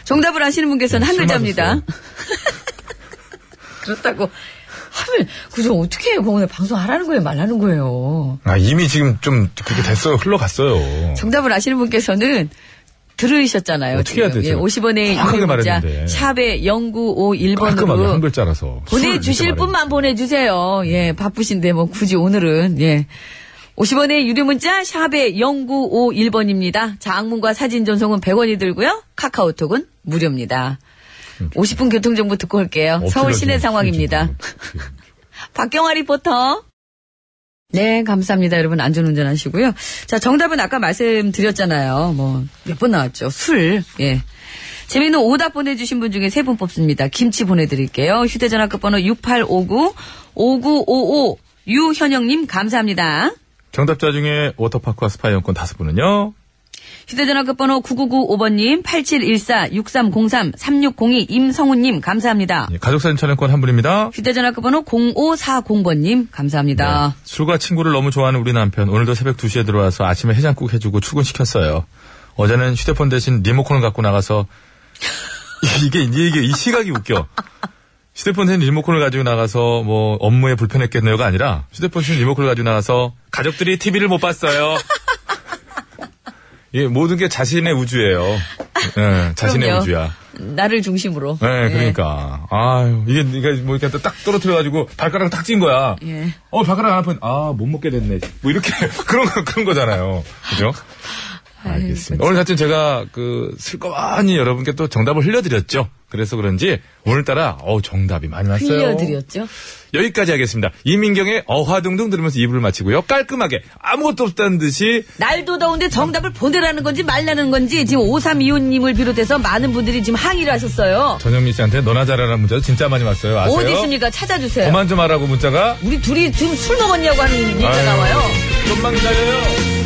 S2: 정답을 아시는 분께서는
S8: 예,
S2: 한
S8: 술
S2: 글자입니다.
S8: 마셨어요.
S2: 그렇다고. 하면, 그저 어떻게 해요? 오늘 방송하라는 거예요? 말라는 거예요?
S8: 아, 이미 지금 좀 그렇게 됐어요. 흘러갔어요.
S2: 정답을 아시는 분께서는 들으셨잖아요.
S8: 어떻게 해야
S2: 지금.
S8: 되죠?
S2: 예, 50원의
S8: 정확하게
S2: 유료 문자,
S8: 말했는데.
S2: 샵에 0951번으로
S8: 깔끔하게 한 글자라서.
S2: 보내주실
S8: 술 이렇게
S2: 분만 보내주세요. 예, 바쁘신데, 뭐, 굳이 오늘은, 예. 50원의 유료 문자 샵에 0951번입니다. 장문과 사진 전송은 100원이 들고요. 카카오톡은 무료입니다. 50분 교통정보 듣고 올게요. 서울 시내 상황입니다.
S8: 예.
S2: 박경화 리포터. 네, 감사합니다. 여러분, 안전운전 하시고요. 자, 정답은 아까 말씀드렸잖아요. 뭐, 몇 번 나왔죠. 술. 예. 재미있는 오답 보내주신 분 중에 세 분 뽑습니다. 김치 보내드릴게요. 휴대전화 끝번호 6859-5955. 유현영님, 감사합니다.
S3: 정답자 중에 워터파크와 스파 이용권 다섯 분은요.
S2: 휴대전화 끝번호 9995번님, 8714-6303-3602 임성훈님, 감사합니다.
S3: 예, 가족사진 촬영권 한 분입니다.
S2: 휴대전화 끝번호 0540번님,
S3: 네.
S2: 감사합니다.
S3: 술과 친구를 너무 좋아하는 우리 남편 오늘도 새벽 2시에 들어와서 아침에 해장국 해주고 출근시켰어요. 어제는 휴대폰 대신 리모컨을 갖고 나가서 이게 이제 이게 이 시각이 웃겨. 휴대폰 대신 리모컨을 가지고 나가서 뭐 업무에 불편했겠네요가 아니라 휴대폰 대신 리모컨을 가지고 나가서 가족들이 TV를 못 봤어요. 예, 모든 게 자신의 우주예요. 예, 자신의
S2: 그럼요.
S3: 우주야.
S2: 나를 중심으로.
S3: 네,
S2: 예.
S3: 그러니까. 아유, 이게, 그러니까 뭐 이렇게 딱 떨어뜨려가지고 발가락 탁 찐 거야.
S2: 예.
S3: 어, 발가락 안 아픈, 아, 못 먹게 됐네. 뭐 이렇게, 그런 거, 그런 거잖아요. 그죠?
S2: 그렇죠.
S3: 알겠습니다. 오늘 사실 제가 그 슬거만이 여러분께 또 정답을 흘려드렸죠. 그래서 그런지 오늘따라, 어 정답이 많이 왔어요.
S2: 흘려드렸죠.
S3: 여기까지 하겠습니다. 이민경의 어화둥둥 들으면서 이부를 마치고요. 깔끔하게 아무것도 없다는 듯이
S2: 날도 더운데 정답을 보내라는 건지 말라는 건지 지금 5325님을 비롯해서 많은 분들이 지금 항의를 하셨어요.
S3: 전영미 씨한테 너나 잘하라는 문자 진짜 많이 왔어요. 아세요?
S2: 어디 있습니까? 찾아주세요.
S3: 그만 좀 하라고 문자가
S2: 우리 둘이 지금 술 먹었냐고 하는 얘기가
S3: 아유,
S2: 나와요.
S3: 좀만 기다려요.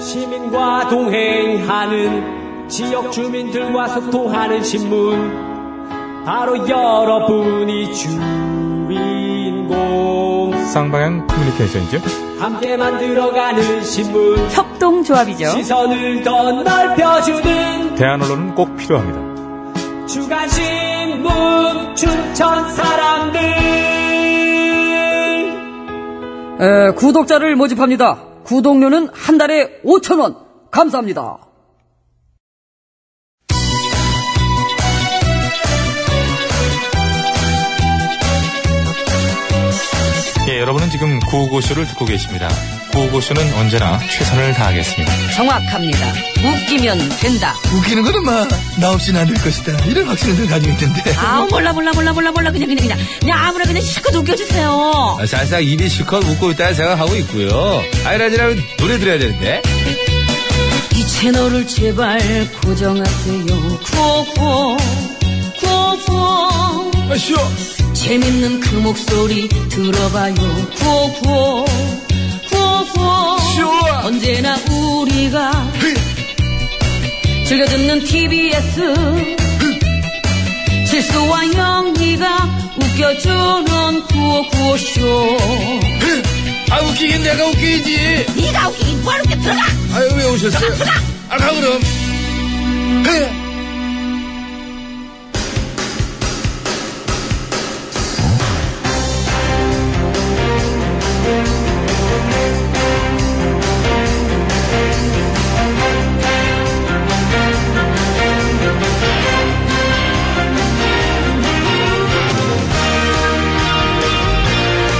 S5: 시민과 동행하는 지역 주민들과 소통하는 신문 바로 여러분이 주인공
S3: 쌍방향 커뮤니케이션이죠.
S5: 함께 만들어가는 신문
S2: 협동조합이죠.
S5: 시선을 더 넓혀주는
S3: 대한 언론은 꼭 필요합니다.
S5: 주간신문 춘천 사람들
S10: 에, 구독자를 모집합니다. 구독료는 한 달에 5천원. 감사합니다.
S3: 예, 여러분은 지금 구호고쇼를 듣고 계십니다. 구호고쇼는 언제나 최선을 다하겠습니다.
S2: 정확합니다. 웃기면 된다.
S11: 웃기는 거는 막 나 없이는 안 될 것이다 이런 확신을 늘 가지고 있던데
S2: 아 몰라 몰라 몰라 몰라 몰라 그냥 그냥 그냥 그냥 아무나 그냥 실컷 웃겨주세요.
S1: 아, 살짝 입이 실컷 웃고 있다는 생각하고 있고요. 아이라지라면 노래 들어야 되는데.
S2: 이 채널을 제발 고정하세요. 구호구호 구호구호
S11: 아 쉬어
S2: 재밌는 그 목소리 들어봐요. 구호구호 구호구호
S11: 쉬워.
S2: 언제나 우리가 즐겨듣는 TBS 실수와 영리가 웃겨주는 구호구호쇼
S11: 아 웃기긴 내가 웃기지
S2: 네가 웃기긴 바로 웃겨 들어가!
S11: 아유 왜 오셨어요 아 가, 그럼 헤.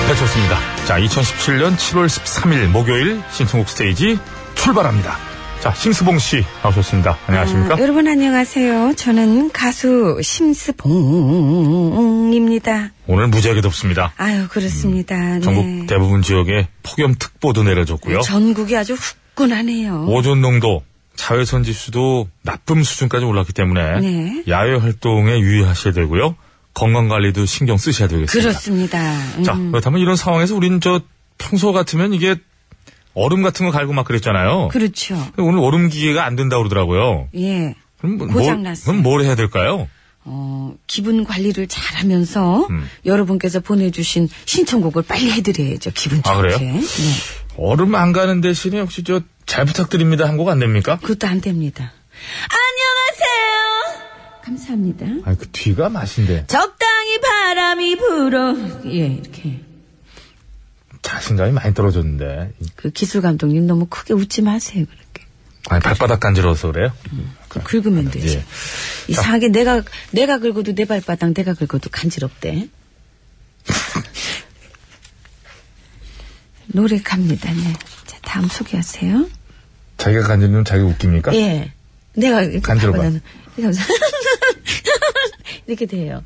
S3: 네, 좋습니다. 자, 2017년 7월 13일 목요일 신청곡 스테이지 출발합니다. 자, 심수봉 씨 나오셨습니다. 안녕하십니까?
S2: 어, 여러분 안녕하세요. 저는 가수 심스봉입니다.
S3: 오늘 무지하게 덥습니다.
S2: 아유 그렇습니다.
S3: 전국
S2: 네.
S3: 대부분 지역에 폭염특보도 내려졌고요.
S2: 전국이 아주 후끈하네요.
S3: 오존농도, 자외선 지수도 나쁨 수준까지 올랐기 때문에
S2: 네.
S3: 야외 활동에 유의하셔야 되고요. 건강관리도 신경 쓰셔야 되겠습니다.
S2: 그렇습니다. 음.
S3: 자, 그렇다면 이런 상황에서 우린 저 평소 같으면 이게 얼음 같은 거 갈고 막 그랬잖아요.
S2: 그렇죠.
S3: 근데 오늘 얼음 기계가 안 된다고 그러더라고요.
S2: 예.
S3: 그럼 뭐- 뭘,
S2: 고장났어요.
S3: 그럼 뭘 해야 될까요?
S2: 어, 기분 관리를 잘 하면서
S3: 음.
S2: 여러분께서 보내주신 신청곡을 빨리 해드려야죠. 기분 좋게.
S3: 아, 그래요?
S2: 네.
S3: 얼음 안 가는 대신에 혹시 저 잘 부탁드립니다 한 곡 안 됩니까?
S2: 그것도 안 됩니다. 안녕하세요. 감사합니다.
S3: 아니, 그 뒤가 맛인데.
S2: 적당히 바람이 불어. 예, 이렇게.
S3: 자신 자신감이 많이 떨어졌는데.
S2: 그 기술 감독님 너무 크게 웃지 마세요 그렇게.
S3: 아니, 발바닥 간지러워서 그래요?
S2: 그 긁으면 되지.
S3: 예.
S2: 이상하게 내가 내가 긁어도 내 발바닥 내가 긁어도 간지럽대. 노래 갑니다. 네. 자 다음 소개하세요.
S3: 자기가 간지러면 자기가 웃깁니까?
S2: 예. 내가 이렇게
S3: 간지러워
S2: 발바닥 이렇게 하면서 이렇게 돼요.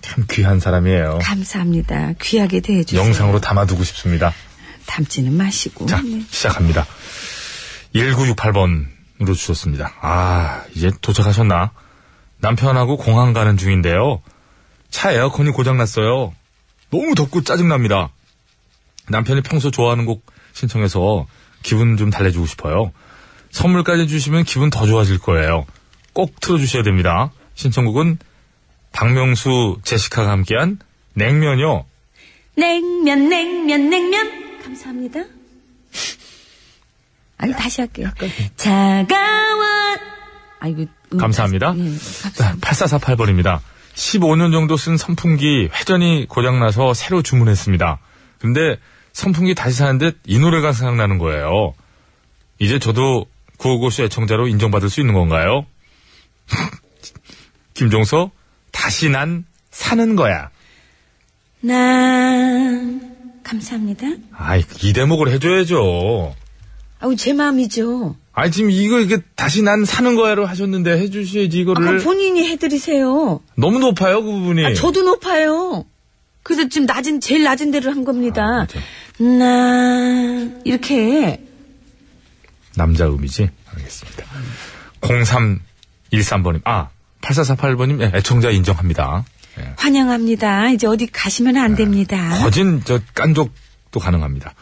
S3: 참 귀한 사람이에요.
S2: 감사합니다. 귀하게 대해주세요.
S3: 영상으로 담아두고 싶습니다.
S2: 담지는 마시고.
S3: 예. 자,
S2: 네.
S3: 시작합니다. 1968번으로 주셨습니다. 아, 이제 도착하셨나? 남편하고 공항 가는 중인데요. 차 에어컨이 고장났어요. 너무 덥고 짜증납니다. 남편이 평소 좋아하는 곡 신청해서 기분 좀 달래주고 싶어요. 선물까지 주시면 기분 더 좋아질 거예요. 꼭 틀어주셔야 됩니다. 신청곡은 박명수, 제시카가 함께한 냉면요.
S2: 냉면, 냉면, 냉면. 감사합니다. 아니, 다시 할게요. 차가워. 아이고. 음,
S3: 감사합니다.
S2: 예,
S3: 자,
S2: 감사합니다.
S3: 8448번입니다. 15년 네, 정도 쓴 선풍기 회전이 고장나서 새로 주문했습니다. 근데 선풍기 다시 사는데 이 노래가 생각나는 거예요. 이제 저도 구호고쇼 애청자로 인정받을 수 있는 건가요? 김종서, 다시 난 사는 거야.
S2: 네, 난, 감사합니다.
S3: 아이, 이 대목을 해줘야죠.
S2: 아우, 제 마음이죠.
S3: 아니, 지금 이거, 이게 다시 난 사는 거야로 하셨는데 해주셔야지,
S2: 아,
S3: 이거를.
S2: 그럼 본인이 해드리세요.
S3: 너무 높아요, 그 부분이.
S2: 아, 저도 높아요. 그래서 지금 낮은, 제일 낮은 데를 한 겁니다.
S3: 아, 맞아.
S2: 난, 이렇게.
S3: 남자 음이지? 알겠습니다. 0313번님, 아, 8448번님, 예, 애청자 인정합니다. 예.
S2: 환영합니다. 이제 어디 가시면 안 됩니다.
S3: 거진 저 깐족도 가능합니다.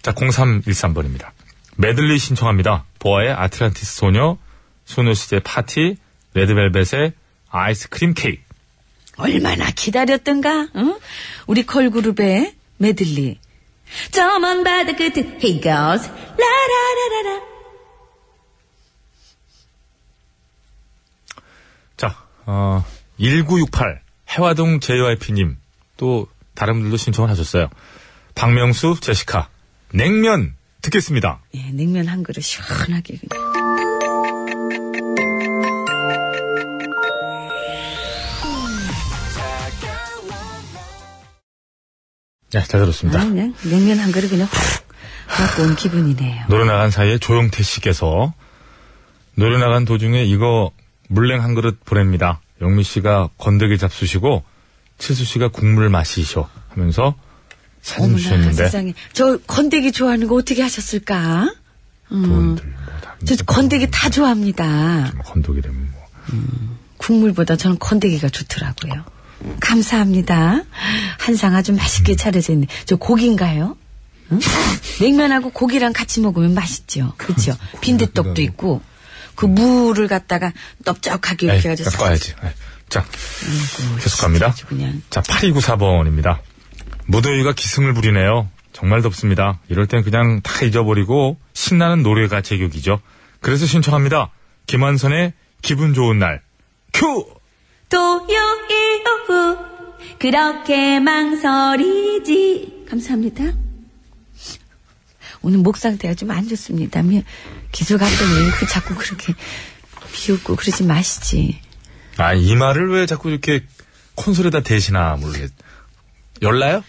S3: 자, 0313번입니다. 메들리 신청합니다. 보아의 아틀란티스 소녀, 소녀시대 파티, 레드벨벳의 아이스크림 케이크.
S2: 얼마나 기다렸던가, 응? 우리 걸그룹의 메들리. 저 먼 바다 끝에 he goes, 라라라라라.
S3: 자, 어, 1968 해화동 JYP님 또 다른 분들도 신청을 하셨어요. 박명수, 제시카, 냉면 듣겠습니다.
S2: 예, 냉면 한 그릇 시원하게 그냥.
S3: 네, 잘 들었습니다.
S2: 아, 그냥 냉면 한 그릇 그냥 확 갖고 온 기분이네요.
S3: 노래 나간 사이에 조영태 씨께서 노래 나간 도중에 이거 물냉 한 그릇 보냅니다. 영미 씨가 건더기 잡수시고 칠수 씨가 국물 마시셔 하면서 사진
S2: 어머나
S3: 주셨는데
S2: 세상에 저 건더기 좋아하는 거 어떻게 하셨을까?
S3: 돈들 뭐 다.
S2: 저 음. 건더기 다 좋아합니다.
S3: 건더기 되면 뭐.
S2: 국물보다 저는 건더기가 좋더라고요. 감사합니다. 한상 아주 맛있게 차려져 있네. 저 고기인가요? 응? 냉면하고 고기랑 같이 먹으면 맛있죠. 그렇죠. 빈대떡도 있고 그 무를 갖다가 넓적하게
S3: 에이,
S2: 이렇게 해가지고
S3: 깎아야지. 에이. 자, 네, 계속 갑니다.
S2: 아주 그냥
S3: 자, 8294번입니다. 무더위가 기승을 부리네요. 정말 덥습니다. 이럴 땐 그냥 다 잊어버리고 신나는 노래가 제격이죠. 그래서 신청합니다. 김한선의 기분 좋은 날. 큐!
S2: 토요일 오후 그렇게 망설이지 감사합니다. 오늘 목 상태가 좀 안 좋습니다. 미- 기술 감독님 그 자꾸 그렇게 비웃고 그러지 마시지.
S3: 아, 이 말을 왜 자꾸 이렇게 콘솔에다 대시나 모르겠. 열나요?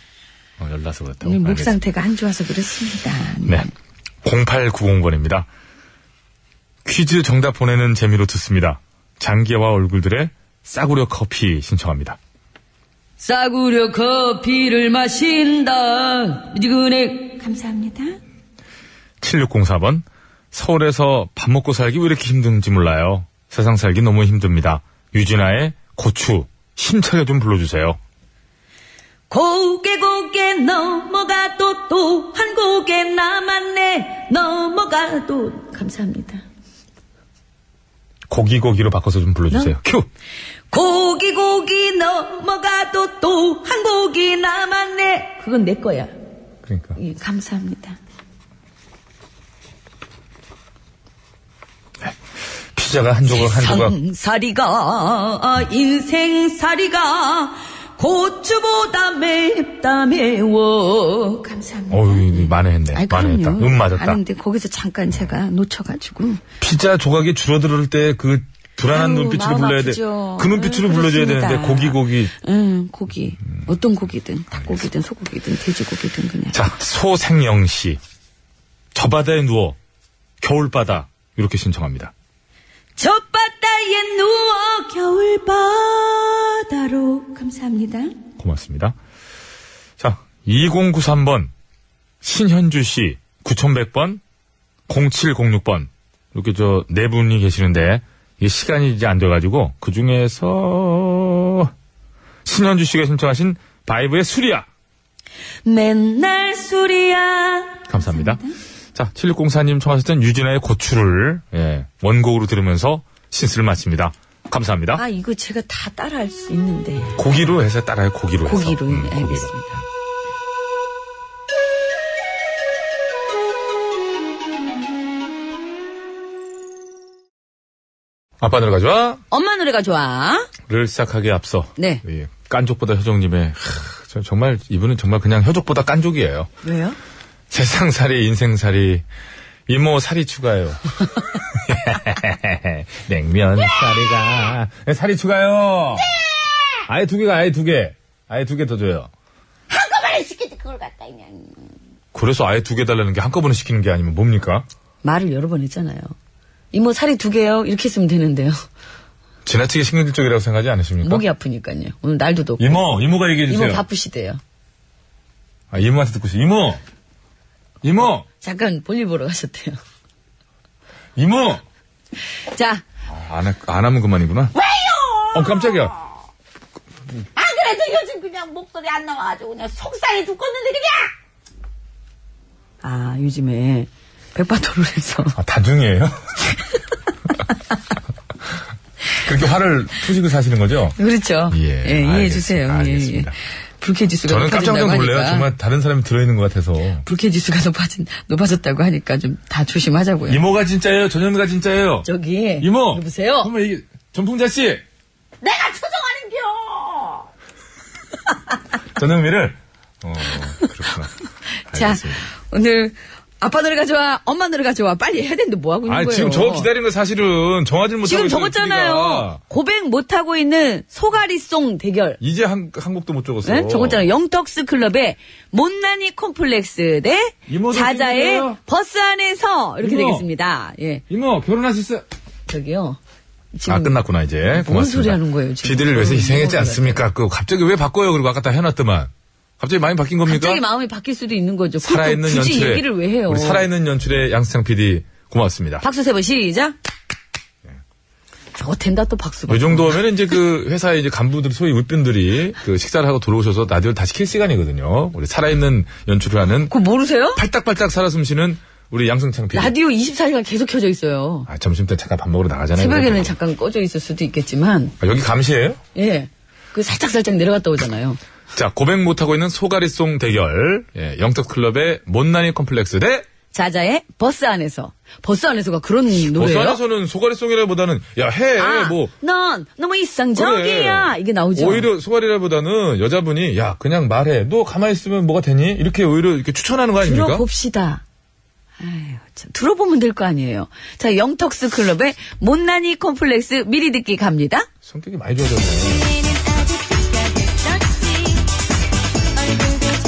S3: 어, 열나서 그렇다고.
S2: 오늘 네, 목
S3: 알겠습니다.
S2: 상태가 안 좋아서 그렇습니다.
S3: 네. 0890번입니다. 퀴즈 정답 보내는 재미로 듣습니다. 장기와 얼굴들의 싸구려 커피 신청합니다.
S2: 싸구려 커피를 마신다. 그 미지근해. 감사합니다.
S3: 7604번. 서울에서 밥 먹고 살기 왜 이렇게 힘든지 몰라요. 세상 살기 너무 힘듭니다. 유진아의 고추. 힘차게 좀 불러주세요.
S2: 고개 고개 넘어가도 또 한 고개 남았네. 넘어가도 감사합니다.
S3: 고기고기로 바꿔서 좀
S2: 네.
S3: 불러주세요. 큐!
S2: 고기 고기 넘어가도 또 한 고기 남았네. 그건 내 거야.
S3: 그러니까.
S2: 예, 감사합니다.
S3: 피자가 한 조각 한 조각.
S2: 상사리가 인생사리가 고추보다 맵다 매워. 감사합니다.
S3: 어유 만회했네.
S2: 아이,
S3: 만회했다.
S2: 그럼요.
S3: 음 맞았다.
S2: 아는데 거기서 잠깐 제가 놓쳐가지고.
S3: 피자 조각이 줄어들 때 그 불안한
S2: 아유,
S3: 눈빛으로
S2: 마음
S3: 불러야
S2: 아프죠.
S3: 돼. 그 눈빛으로
S2: 음,
S3: 불러줘야
S2: 그렇습니다.
S3: 되는데 고기 고기.
S2: 응, 예, 고기. 어떤 고기든. 닭고기든, 소고기든, 돼지고기든 그냥.
S3: 자 소생영 씨. 저 바다에 누워 겨울 바다 이렇게 신청합니다.
S2: 저 바다에 누워 겨울 바다로. 감사합니다.
S3: 고맙습니다. 자, 2093번, 신현주 씨, 9100번, 0706번. 이렇게 저, 네 분이 계시는데, 이게 시간이 이제 안 돼가지고, 그 중에서, 신현주 씨가 신청하신 바이브의 수리야!
S2: 맨날 술이야.
S3: 감사합니다. 자, 7604님 청하셨던 유진아의 고추를, 예, 원곡으로 들으면서 신스를 마칩니다. 감사합니다.
S2: 아, 이거 제가 다 따라할 수 있는데.
S3: 고기로 해서 따라요, 고기로 해서.
S2: 고기로.
S3: 음,
S2: 예,
S3: 고기로.
S2: 알겠습니다.
S3: 아빠 노래 가져와!
S2: 엄마 노래가 좋아.
S3: 를 시작하기에 앞서
S2: 네.
S3: 예, 깐족보다 효족님의 하, 저 정말 이분은 정말 그냥 효족보다 깐족이에요.
S2: 왜요?
S3: 세상살이 인생살이 이모 살이 추가요. 냉면 살이가 네, 살이 추가요. 아예 두 개가 아예 두 개. 아예 두 개 더 줘요.
S9: 한꺼번에 시키지 그걸 갖다 그냥
S3: 그래서 아예 두 개 달라는 게 한꺼번에 시키는 게 아니면 뭡니까?
S2: 말을 여러 번 했잖아요. 이모 살이 두 개요. 이렇게 했으면 되는데요.
S3: 지나치게 신경질적이라고 생각하지 않으십니까?
S2: 목이 아프니까요. 오늘 날도 덥고.
S3: 이모 이모가 얘기해 주세요.
S2: 이모 바쁘시대요.
S3: 아, 이모한테 듣고 싶어. 이모 이모
S2: 잠깐 볼일 보러 가셨대요.
S3: 이모
S2: 자,
S3: 안, 하- 안 하면 그만이구나. 어, 깜짝이야.
S9: 안 아, 그래도 요즘 그냥 목소리 안 나와가지고 그냥 속상해 죽겠는데 그냥
S2: 아 요즘에 백반토론에서
S3: 아, 다중이에요? 그렇게 화를 푸시고 사시는 거죠?
S2: 그렇죠.
S3: 예,
S2: 이해해
S3: 알겠습니다.
S2: 주세요.
S3: 알겠습니다.
S2: 불쾌지수가
S3: 저는 깜짝
S2: 높아진다고
S3: 놀래요.
S2: 하니까.
S3: 정말 다른 사람이 들어있는 것 같아서.
S2: 불쾌지수가 높아진 높아졌다고 하니까 좀 다 조심하자고요.
S3: 이모가 진짜예요? 전현미가 진짜예요?
S2: 저기
S3: 이모!
S2: 여보세요.
S3: 정말 이게, 전풍자씨!
S9: 내가 초정하는겨
S3: 전현미를. 어, 그렇구나.
S2: 자
S3: 알겠습니다.
S2: 오늘 아빠 노래가 좋아, 엄마 노래가 좋아. 빨리 해야 되는데 뭐 하고 있는
S3: 아니,
S2: 거예요?
S3: 지금 저거 기다리는 거 사실은 정하지 못하고.
S2: 지금
S3: 있어요,
S2: 적었잖아요.
S3: 우리가.
S2: 고백 못 하고 있는 소가리송 대결.
S3: 이제 한, 한 곡도 못 적었어요.
S2: 네? 적었잖아요. 영덕스 클럽의 못난이 콤플렉스 대
S3: 이모도
S2: 자자의
S3: 힘내요.
S2: 버스 안에서 이렇게
S3: 이모.
S2: 되겠습니다. 예,
S3: 이모, 결혼하셨어요?
S2: 저기요. 지금
S3: 아 끝났구나 이제 고맙습니다.
S2: 소리 하는 거예요, 지금?
S3: 비들을 위해서
S2: 어,
S3: 희생했지
S2: 어,
S3: 않습니까? 그 갑자기 왜 바꿔요? 그리고 아까 다 해놨더만 갑자기 많이 바뀐 겁니까?
S2: 갑자기 마음이 바뀔 수도 있는 거죠. 그것도
S3: 살아있는
S2: 굳이
S3: 연출에
S2: 얘기를 왜 해요?
S3: 우리 살아있는 연출의 양세창 PD 고맙습니다.
S2: 박수 세 번 시작. 저거 된다 또 박수.
S3: 이 예. 정도면 이제 그 회사의 이제 간부들 소위 윗분들이 그 식사를 하고 돌아오셔서 라디오를 다시 킬 시간이거든요. 우리 살아있는 연출을 하는
S2: 그거 모르세요?
S3: 팔딱팔딱 살아 숨쉬는 우리 양승창 PD.
S2: 라디오 24시간 계속 켜져 있어요.
S3: 아 점심 때 잠깐 밥 먹으러 나가잖아요.
S2: 새벽에는
S3: 그래도.
S2: 잠깐 꺼져 있을 수도 있겠지만,
S3: 아, 여기 감시예요?
S2: 예. 그 살짝살짝 내려갔다 오잖아요.
S3: 자 고백 못하고 있는 소가리송 대결 예, 영덕클럽의 못난이 컴플렉스 대
S2: 자자의 버스 안에서. 버스 안에서가 그런 노래예요?
S3: 버스안에서는 소가리송이라보다는 야해뭐
S2: 아, 넌 너무 일상적이야. 이게 나오죠.
S3: 오히려 소가리라보다는 여자분이 야 그냥 말해. 너 가만히 있으면 뭐가 되니? 이렇게 오히려 이렇게 추천하는 거 아닙니까?
S2: 들어봅시다. 아유, 참. 들어보면 될 거 아니에요. 자, 영턱스 클럽의 못난이 콤플렉스 미리 듣기 갑니다.
S3: 성격이 많이 좋아졌네.
S4: 그는 아주 깜깜했었지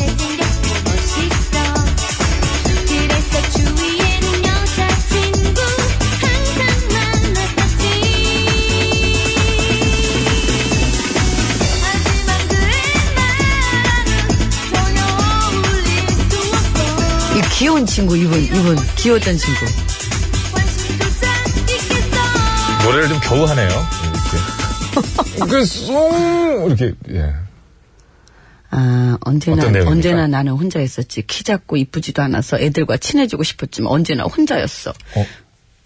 S4: 얼굴도 잘생겼고 멋있어 그래서 주위에는 여자친구 항상 만났었지 하지만 그의 말은 전혀 어울릴 수 없어
S2: 이 귀여운 친구, 이분, 이분. 귀여웠던 친구.
S4: 관심조차 있겠어
S3: 노래를 좀 겨우 하네요. 이렇게. 이렇게 쏭 이렇게 예.
S2: 아, 언제나,
S3: 어떤 내용입니까?
S2: 언제나 나는 혼자였었지. 키 작고 이쁘지도 않아서 애들과 친해지고 싶었지만 언제나 혼자였어.
S3: 어?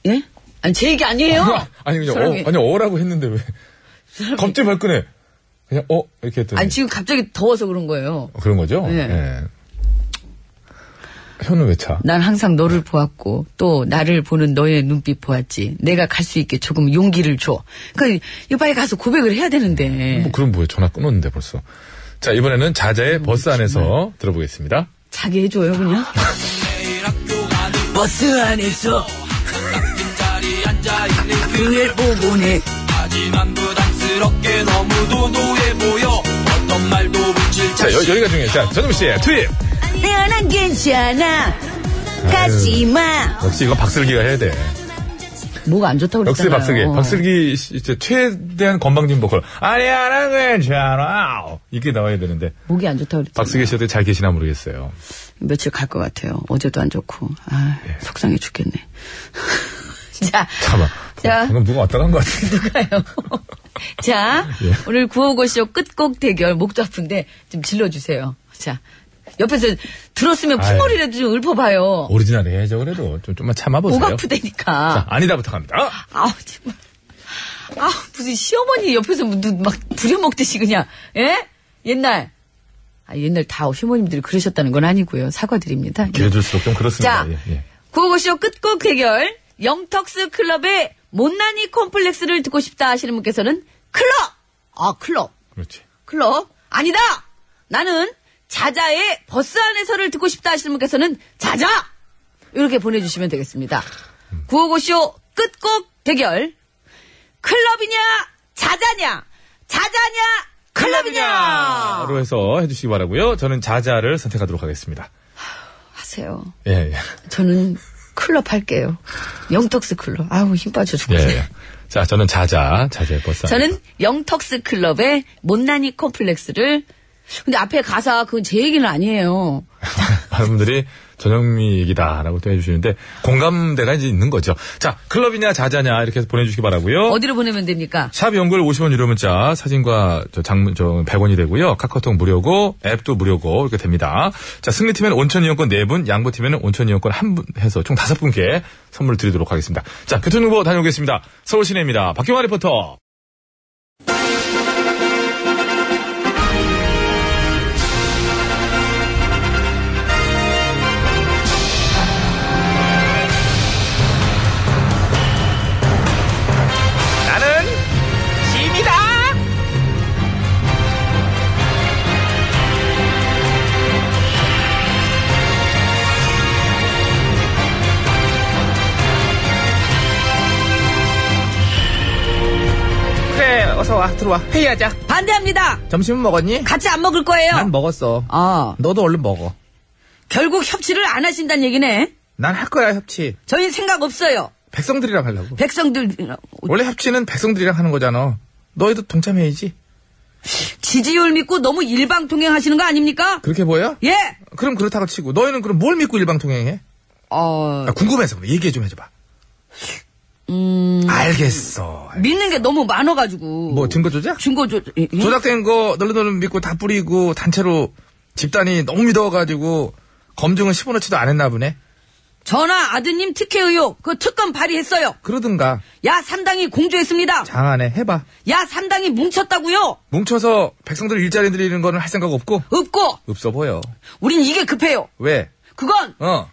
S2: 예? 아니, 제 얘기 아니에요!
S3: 아니 그냥
S2: 사람이-
S3: 어, 아니 어라고 했는데 왜? 겁질 발끈해. 그냥 어 이렇게 했더니
S2: 네. 아니, 지금 갑자기 더워서 그런 거예요.
S3: 그런 거죠?
S2: 예.
S3: 예. 현우 왜 차?
S2: 난 항상 너를 보았고 또 나를 보는 너의 눈빛 보았지. 내가 갈 수 있게 조금 용기를 줘. 그러니까 이거 빨리 가서 고백을 해야 되는데
S3: 뭐 그럼 뭐예요? 전화 끊었는데 벌써. 자 이번에는
S2: 음,
S3: 자자의 버스 안에서
S2: 네.
S3: 들어보겠습니다.
S2: 자기 해줘요 그냥. 버스 안에서 그의 보고네
S3: 자 여, 기가 중요해요. 자 전우미 씨 투입.
S2: 내가 난 괜찮아. 가지마.
S3: 역시 이건 박슬기가 해야 돼.
S2: 뭐가 안 좋다고
S3: 역시
S2: 그랬잖아요. 어.
S3: 박슬기. 박슬기 씨 이제 최대한 건방진 보컬. 아니야 나 괜찮아. 이게 나와야 되는데
S2: 목이 안 좋다고 그랬잖아요.
S3: 박슬기 씨한테 잘 계시나 모르겠어요.
S2: 며칠 갈 것 같아요. 어제도 안 좋고. 아,
S3: 예.
S2: 속상해 죽겠네. 자,
S3: 잠깐만.
S2: 자.
S3: 방금 누가 왔다 간 것 같은데.
S2: 자,
S3: 예.
S2: 오늘 구호고쇼 끝곡 대결 목도 아픈데 좀 질러주세요. 자, 옆에서 들었으면
S3: 아유.
S2: 풍머리라도 좀 읊어봐요.
S3: 오리지널 해야죠 뭐 그래도 좀 좀만 참아보세요.
S2: 목 아프다니까.
S3: 자 아니다 부탁합니다. 어?
S2: 아우, 정말. 아 무슨 시어머니 옆에서 뭐 누- 막 부려먹듯이 그냥, 예? 옛날. 아, 옛날 다 시어머님들이 그러셨다는 건 아니고요. 사과드립니다.
S3: 길어질수록 좀 그렇습니다.
S2: 자,
S3: 예, 예.
S2: 구호고쇼 끝곡 대결. 영턱스 클럽의 못난이 콤플렉스를 듣고 싶다 하시는 분께서는 클럽! 아, 클럽.
S3: 그렇지.
S2: 클럽. 아니다! 나는 자자의 버스 안에서를 듣고 싶다 하시는 분께서는 자자! 이렇게 보내주시면 되겠습니다. 구호고쇼 끝곡 대결. 클럽이냐, 자자냐, 자자냐, 클럽이냐!
S3: 로 해서 해주시기 바라고요. 저는 자자를 선택하도록 하겠습니다.
S2: 하세요.
S3: 예, 예.
S2: 저는 클럽 할게요. 영턱스 클럽. 아우, 힘 빠져
S3: 예,
S2: 죽겠네.
S3: 예. 자, 저는 자자, 자자의 버스.
S2: 저는 영턱스 클럽의 못난이 콤플렉스를 근데 앞에 가사 그건 제 얘기는 아니에요.
S3: 많은 분들이 전영미 얘기다라고 또 해주시는데 공감대가 이제 있는 거죠. 자, 클럽이냐 자자냐 이렇게 해서 보내주시기 바라고요.
S2: 어디로 보내면 됩니까?
S3: 샵 연글 50원 유료 문자 사진과 저 장문 저 100원이 되고요. 카카오톡 무료고 앱도 무료고 이렇게 됩니다. 자, 승리팀에는 온천 이용권 4분, 양보팀에는 온천 이용권 1분 해서 총 5분께 선물 드리도록 하겠습니다. 자, 교통정보 다녀오겠습니다. 서울 시내입니다. 박경화 리포터.
S1: 나는 짐이다. 그래, 어서 와, 들어와. 회의하자.
S2: 반대합니다.
S1: 점심은 먹었니?
S2: 같이 안 먹을 거예요.
S1: 난 먹었어.
S2: 아
S1: 너도 얼른 먹어.
S2: 결국 협치를 안 하신다는 얘기네.
S1: 난 할 거야, 협치.
S2: 저희 생각 없어요.
S1: 백성들이랑 하려고.
S2: 백성들
S1: 원래 협치는 백성들이랑 하는 거잖아. 너희도 동참해야지.
S2: 지지율 믿고 너무 일방통행하시는 거 아닙니까?
S1: 그렇게 보여?
S2: 예.
S1: 그럼 그렇다고 치고 너희는 그럼 뭘 믿고 일방통행해?
S2: 어
S1: 나 궁금해서 그래. 얘기 좀 해줘봐. 알겠어.
S2: 믿는 게 너무 많아가지고
S1: 뭐 증거 조작?
S2: 증거 조 예? 예?
S1: 조작된 거 널널널 믿고 다 뿌리고 단체로 집단이 너무 믿어가지고 검증은 10원어치도 안 했나 보네.
S2: 전화 아드님 특혜 의혹 그 특검 발의했어요.
S1: 그러든가
S2: 야 삼당이 공조했습니다.
S1: 장안에 해봐.
S2: 야 삼당이 뭉쳤다고요?
S1: 뭉쳐서 백성들 일자리 늘리는 거는 할 생각 없고
S2: 없고
S1: 없어 보여.
S2: 우린 이게 급해요.
S1: 왜?
S2: 그건
S1: 어.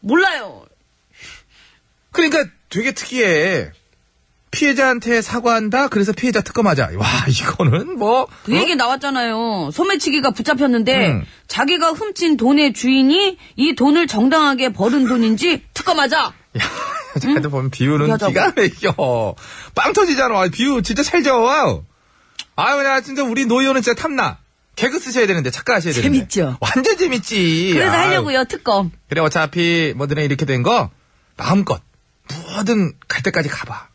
S2: 몰라요.
S1: 그러니까 되게 특이해. 피해자한테 사과한다. 그래서 피해자 특검하자. 와 이거는 뭐
S2: 그 얘기 나왔잖아요. 소매치기가 붙잡혔는데
S1: 음.
S2: 자기가 훔친 돈의 주인이 이 돈을 정당하게 벌은 돈인지 특검하자. 음?
S1: 여자한테 보면 비유는
S2: 여자분.
S1: 기가 막혀. 빵 터지잖아. 아, 비유 진짜 잘 잡아. 아유, 그냥 진짜 우리 노 의원은 진짜 탐나. 개그 쓰셔야 되는데, 착각하셔야 되는데.
S2: 재밌죠?
S1: 완전 재밌지.
S2: 그래서
S1: 아유.
S2: 하려고요 특검.
S1: 그래, 어차피 뭐든 이렇게 된 거, 마음껏, 뭐든 갈 때까지 가봐.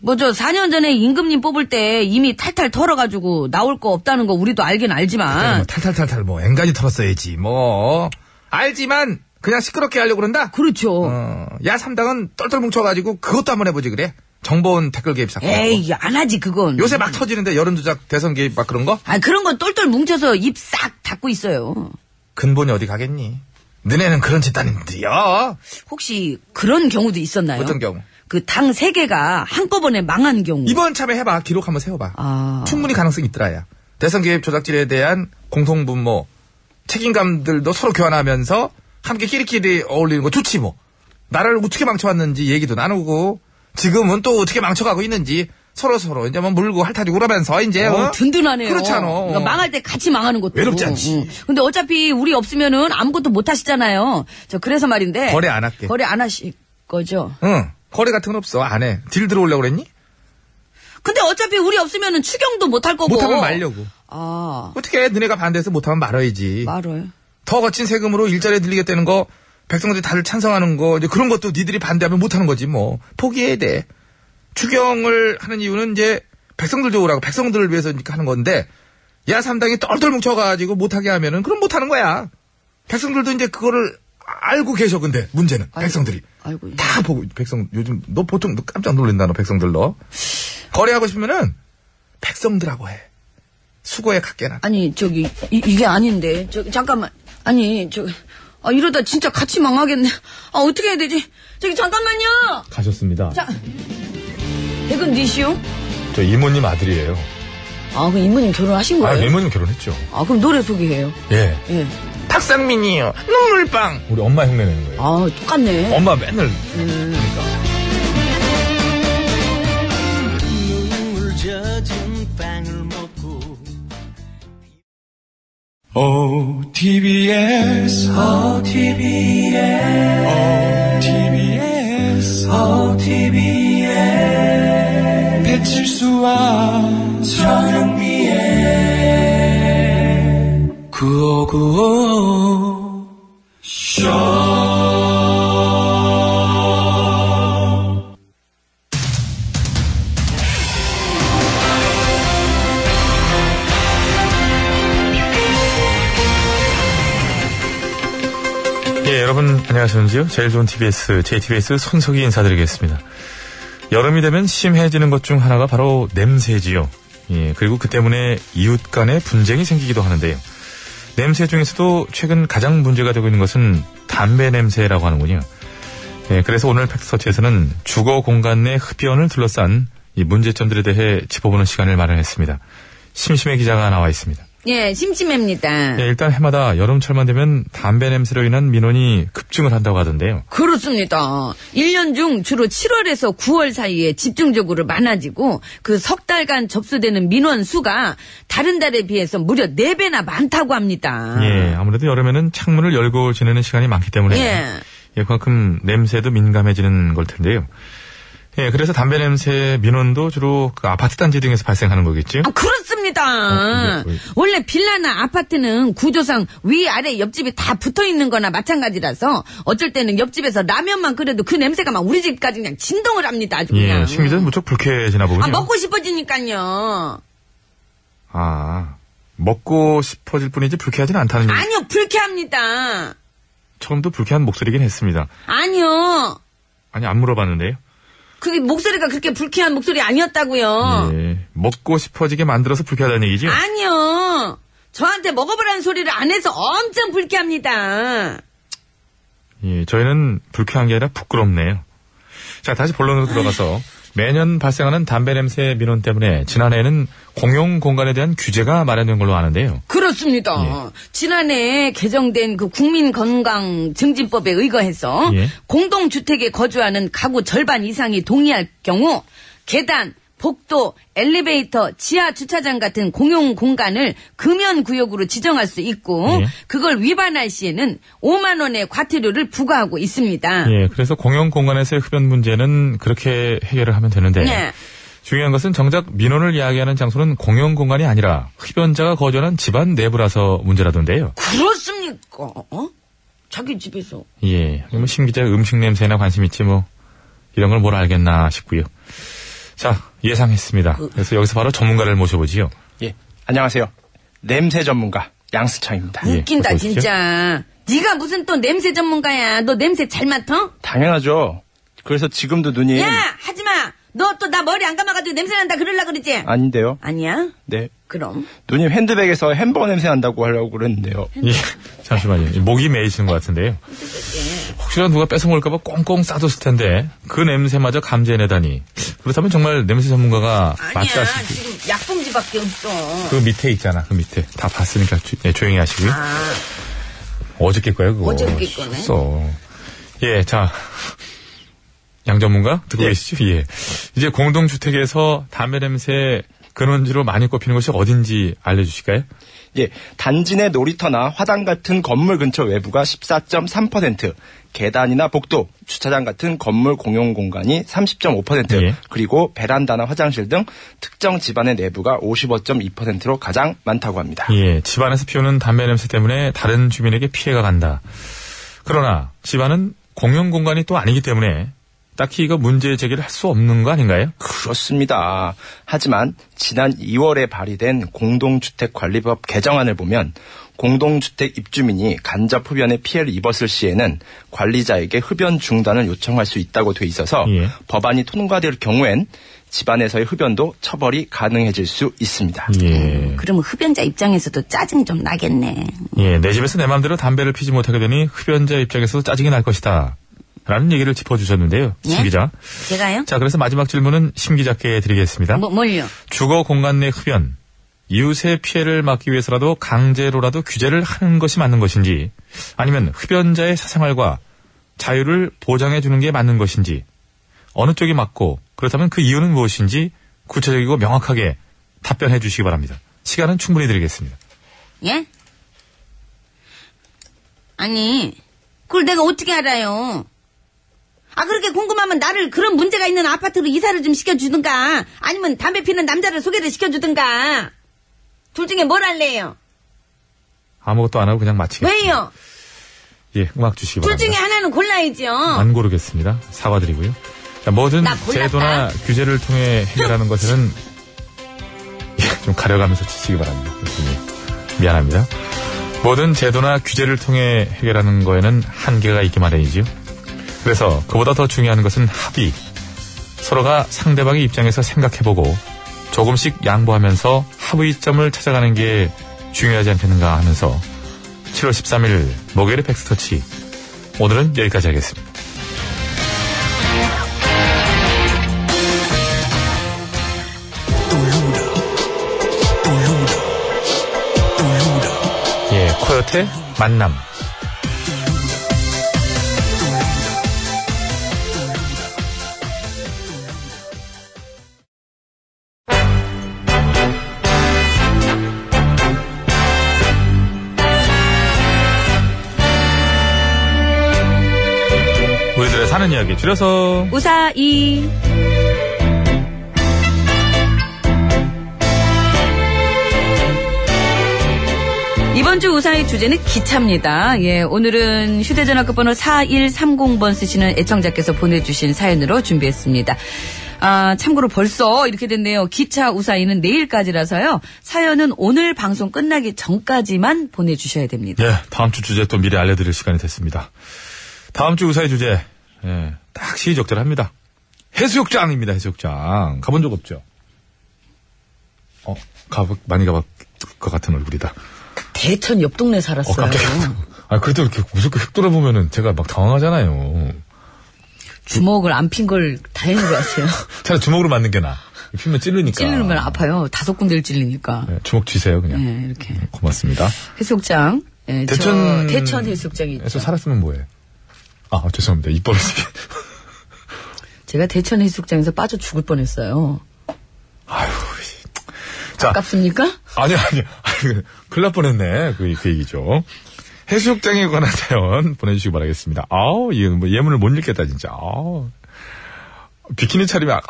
S2: 뭐 저 4년 전에 임금님 뽑을 때 이미 탈탈 털어가지고 나올 거 없다는 거 우리도 알긴
S1: 그래,
S2: 알지만
S1: 뭐 탈탈탈탈 뭐, 앵간히 털었어야지, 뭐. 알지만, 그냥 시끄럽게 하려고 그런다?
S2: 그렇죠.
S1: 어, 야, 삼당은 똘똘 뭉쳐가지고, 그것도 한번 해보지, 그래? 정보원 댓글 개입 사건.
S2: 에이 안 하지 그건.
S1: 요새 막 터지는데, 여론 조작, 대선 개입 막 그런 거?
S2: 아 그런 건 똘똘 뭉쳐서 입 싹 닫고 있어요.
S1: 근본이 어디 가겠니? 너네는 그런 짓단인데요.
S2: 혹시 그런 경우도 있었나요?
S1: 어떤 경우?
S2: 그 당 세 개가 한꺼번에 망한 경우.
S1: 이번 참에 해봐. 기록 한번 세워봐.
S2: 아.
S1: 충분히 가능성이 있더라야. 대선 개입 조작질에 대한 공통분모, 책임감들도 서로 교환하면서 함께 끼리끼리 어울리는 거 좋지 뭐. 나라를 어떻게 망쳐왔는지 얘기도 나누고 지금은 또 어떻게 망쳐가고 있는지 서로 서로 이제 뭐 물고 핥아주고 그러면서 이제
S2: 어,
S1: 어?
S2: 든든하네요.
S1: 그렇잖아.
S2: 그러니까 망할 때 같이 망하는 것도.
S1: 외롭지 않지.
S2: 응. 근데 어차피 우리 없으면은 아무것도 못 하시잖아요. 저 그래서 말인데.
S1: 거래 안 할게.
S2: 거래 안 하실 거죠.
S1: 응. 거래 같은 건 없어. 안 해. 딜 들어오려고 그랬니?
S2: 근데 어차피 우리 없으면은 추경도 못 할 거고.
S1: 못하면 말려고.
S2: 아,
S1: 어떻게 해? 너네가 반대해서 못하면 말아야지.
S2: 말을.
S1: 더 거친 세금으로 일자리에 들리겠다는 거, 백성들이 다들 찬성하는 거, 이제 그런 것도 니들이 반대하면 못하는 거지, 뭐. 포기해야 돼. 추경을 하는 이유는 이제 백성들 좋으라고, 백성들을 위해서 이렇게 하는 건데, 야삼당이 똘똘 뭉쳐가지고 못하게 하면은, 그럼 못하는 거야. 백성들도 이제 그거를 알고 계셔, 근데, 문제는. 백성들이.
S2: 아이고.
S1: 다 보고, 백성, 요즘, 너 보통 너 깜짝 놀란다, 너 백성들 너. 거래하고 싶으면은, 백성들하고 해. 수고에 갖게나.
S2: 아니, 저기, 이, 이게 아닌데. 저기, 잠깐만. 아니, 저 아, 이러다 진짜 같이 망하겠네. 아, 어떻게 해야 되지? 저기, 잠깐만요!
S3: 가셨습니다.
S2: 자. 이건 니시오?
S3: 저 이모님 아들이에요.
S2: 아, 그 이모님 결혼하신
S3: 아,
S2: 거예요?
S1: 네.
S3: 이모님 결혼했죠.
S2: 아, 그럼 노래 소개해요.
S3: 예.
S2: 예.
S1: 탁상민이요. 눈물빵.
S3: 우리 엄마 흉내 내는 거예요.
S2: 아, 음. 똑같네.
S1: 어.
S3: 엄마 맨날. 그러니까.
S11: OTBS, OTBS, OTBS, OTBS, 배칠수와 저녁미에, 구호구호,
S3: 예, 여러분 안녕하십니까? 제일 좋은 TBS, JTBS 손석희 인사드리겠습니다. 여름이 되면 심해지는 것 중 하나가 바로 냄새지요. 예, 그리고 그 때문에 이웃 간의 분쟁이 생기기도 하는데요. 냄새 중에서도 최근 가장 문제가 되고 있는 것은 담배 냄새라고 하는군요. 예, 그래서 오늘 팩스터치에서는 주거 공간 내 흡연을 둘러싼 이 문제점들에 대해 짚어보는 시간을 마련했습니다. 심심해 기자가 나와 있습니다.
S2: 예, 심심합니다.
S3: 예, 일단 해마다 여름철만 되면 담배 냄새로 인한 민원이 급증을 한다고 하던데요.
S2: 그렇습니다. 1년 중 주로 7월에서 9월 사이에 집중적으로 많아지고 그 석 달간 접수되는 민원 수가 다른 달에 비해서 무려 4배나 많다고 합니다.
S3: 예, 아무래도 여름에는 창문을 열고 지내는 시간이 많기 때문에
S2: 예.
S3: 예, 그만큼 냄새도 민감해지는 걸 텐데요. 예, 그래서 담배 냄새 민원도 주로 그 아파트 단지 등에서 발생하는 거겠죠.
S2: 아, 그렇습니다.
S3: 어, 근데 왜-
S2: 원래 빌라나 아파트는 구조상 위아래 옆집이 다 붙어 있는 거나 마찬가지라서 어쩔 때는 옆집에서 라면만 끓여도 그 냄새가 막 우리 집까지 그냥 진동을 합니다. 아주 그냥.
S3: 예, 심리전 무척 불쾌해지나 보군요.
S2: 아, 먹고 싶어지니까요.
S3: 아, 먹고 싶어질 뿐이지 불쾌하진 않다는 얘기.
S2: 아니요, 불쾌합니다.
S3: 처음도 불쾌한 목소리긴 했습니다.
S2: 아니요.
S3: 아니, 안 물어봤는데요.
S2: 그게 목소리가 그렇게 불쾌한 목소리 아니었다고요.
S3: 예, 먹고 싶어지게 만들어서 불쾌하다는 얘기죠.
S2: 아니요. 저한테 먹어보라는 소리를 안 해서 엄청 불쾌합니다.
S3: 예, 저희는 불쾌한 게 아니라 부끄럽네요. 자, 다시 본론으로 들어가서 매년 발생하는 담배 냄새 민원 때문에 지난해에는 공용 공간에 대한 규제가 마련된 걸로 아는데요. 예.
S2: 그렇습니다. 지난해 개정된 그 국민건강증진법에 의거해서
S3: 예.
S2: 공동주택에 거주하는 가구 절반 이상이 동의할 경우 계단, 복도, 엘리베이터, 지하 주차장 같은 공용 공간을 금연 구역으로 지정할 수 있고
S3: 예.
S2: 그걸 위반할 시에는 5만 원의 과태료를 부과하고 있습니다.
S3: 예, 그래서 공용 공간에서의 흡연 문제는 그렇게 해결을 하면 되는데
S2: 네.
S3: 중요한 것은 정작 민원을 이야기하는 장소는 공용 공간이 아니라 흡연자가 거주하는 집안 내부라서 문제라던데요.
S2: 그렇습니까? 어? 자기 집에서
S3: 예, 하긴 뭐 심기자 음식 냄새나 관심 있지 뭐 이런 걸 뭘 알겠나 싶고요. 자, 예상했습니다. 그래서 여기서 바로 전문가를 모셔보지요.
S12: 예, 안녕하세요. 냄새 전문가 양수창입니다.
S3: 예,
S2: 웃긴다
S3: 어서 오십시오.
S2: 진짜. 네가 무슨 또 냄새 전문가야? 너 냄새 잘 맡아?
S12: 당연하죠. 그래서 지금도 눈이
S3: 예.
S2: 야 하지마. 너 또 나 머리 안 감아가지고 냄새 난다 그럴라 그러지?
S12: 아닌데요.
S2: 아니야?
S12: 네,
S2: 그럼
S12: 눈이 핸드백에서 햄버거 냄새 난다고 하려고 그랬는데요.
S3: 예, 잠시만요. 목이 메이시는 것 같은데요.
S9: 예.
S3: 혹시나 누가 뺏어먹을까봐 꽁꽁 싸뒀을 텐데 그 냄새마저 감지해내다니. 그렇다면 정말 냄새 전문가가
S2: 아니야.
S3: 맞다 싶
S2: 지금 약품집
S9: 수밖에 없어.
S3: 그 밑에 있잖아, 그 밑에. 다 봤으니까 조, 예, 조용히 하시고요.
S2: 아,
S3: 어저께 거예요, 그거.
S9: 아. 어저께 거네.
S3: 써. 예, 자. 양 전문가? 듣고 계시죠? 예. 이제 공동주택에서 담배 냄새 근원지로 많이 꼽히는 곳이 어딘지 알려주실까요?
S12: 예, 단지 내 놀이터나 화단 같은 건물 근처 외부가 14.3%, 계단이나 복도, 주차장 같은 건물 공용 공간이 30.5%,
S3: 예.
S12: 그리고 베란다나 화장실 등 특정 집안의 내부가 55.2%로 가장 많다고 합니다.
S3: 예, 집안에서 피우는 담배 냄새 때문에 다른 주민에게 피해가 간다. 그러나 집안은 공용 공간이 또 아니기 때문에 딱히 이거 문제 제기를 할 수 없는 거 아닌가요?
S12: 그렇습니다. 하지만 지난 2월에 발의된 공동주택관리법 개정안을 보면 공동주택 입주민이 간접 흡연의 피해를 입었을 시에는 관리자에게 흡연 중단을 요청할 수 있다고 돼 있어서
S3: 예.
S12: 법안이 통과될 경우엔 집안에서의 흡연도 처벌이 가능해질 수 있습니다.
S3: 예.
S9: 그러면 흡연자 입장에서도 짜증 좀 나겠네.
S3: 예, 내 집에서 내 마음대로 담배를 피지 못하게 되니 흡연자 입장에서도 짜증이 날 것이다. 라는 얘기를 짚어주셨는데요.
S9: 예?
S3: 심 기자.
S9: 제가요?
S3: 자, 그래서 마지막 질문은 심 기자께 드리겠습니다.
S9: 뭐, 뭘요?
S3: 주거 공간 내 흡연, 이웃의 피해를 막기 위해서라도 강제로라도 규제를 하는 것이 맞는 것인지, 아니면 흡연자의 사생활과 자유를 보장해 주는 게 맞는 것인지, 어느 쪽이 맞고, 그렇다면 그 이유는 무엇인지 구체적이고 명확하게 답변해 주시기 바랍니다. 시간은 충분히 드리겠습니다.
S9: 예? 아니, 그걸 내가 어떻게 알아요? 아, 그렇게 궁금하면 나를 그런 문제가 있는 아파트로 이사를 좀 시켜주든가, 아니면 담배 피는 남자를 소개를 시켜주든가. 둘 중에 뭘 할래요?
S3: 아무것도 안 하고 그냥 마치겠습니다.
S9: 왜요?
S3: 예, 음악 주시기
S9: 둘
S3: 바랍니다.
S9: 중에 하나는 골라야죠.
S3: 안 고르겠습니다. 사과드리고요. 자, 뭐든
S9: 어. 나 골랐다.
S3: 제도나 규제를 통해 해결하는 것에는 예, 좀 가려가면서 치시기 바랍니다. 교수님. 미안합니다. 뭐든 제도나 규제를 통해 해결하는 거에는 한계가 있기 마련이지요. 그래서 그보다 더 중요한 것은 합의. 서로가 상대방의 입장에서 생각해보고 조금씩 양보하면서 합의점을 찾아가는 게 중요하지 않겠는가 하면서 7월 13일 목요일의 팩스터치 오늘은 여기까지 하겠습니다. 예, 코요태 만남. 우리들의 사는 이야기 줄여서
S2: 우사이. 이번 주 우사의 주제는 기차입니다. 예, 오늘은 휴대전화 끝번호 4130번 쓰시는 애청자께서 보내주신 사연으로 준비했습니다. 아, 참고로 벌써 이렇게 됐네요. 기차 우사이는 내일까지라서요. 사연은 오늘 방송 끝나기 전까지만 보내주셔야 됩니다.
S3: 예, 다음 주 주제 또 미리 알려드릴 시간이 됐습니다. 다음 주 의사의 주제, 예, 딱 시의적절합니다. 해수욕장입니다, 해수욕장. 가본 적 없죠? 어, 가, 많이 가봤을 것 같은 얼굴이다.
S2: 대천 옆 동네
S3: 어,
S2: 살았어요.
S3: 깜짝이야. 아, 그래도 이렇게 무섭게 휙 돌아보면은 제가 막 당황하잖아요.
S2: 주먹을 안 핀 걸 다행인 것 같아요.
S3: 차라리 주먹으로 맞는 게 나아. 피면 찔르니까.
S2: 찔르면 아파요. 다섯 군데를 찔리니까.
S3: 예, 주먹 쥐세요, 그냥. 음,
S2: 예, 이렇게.
S3: 고맙습니다.
S2: 해수욕장. 예, 저
S3: 대천-
S2: 대천 해수욕장이
S3: 그래서
S2: 있죠.
S3: 살았으면 뭐해? 아, 죄송합니다. 입버릇이.
S2: 제가 대천 해수욕장에서 빠져 죽을 뻔했어요.
S3: 아유. 자,
S2: 아깝습니까?
S3: 아니, 아니, 아니, 큰일 날 뻔했네. 그, 그 얘기죠. 해수욕장에 관한 사연 보내주시기 바라겠습니다. 아우, 이거 뭐 예문을 못 읽겠다, 진짜. 아우. 비키니 차림이, 아,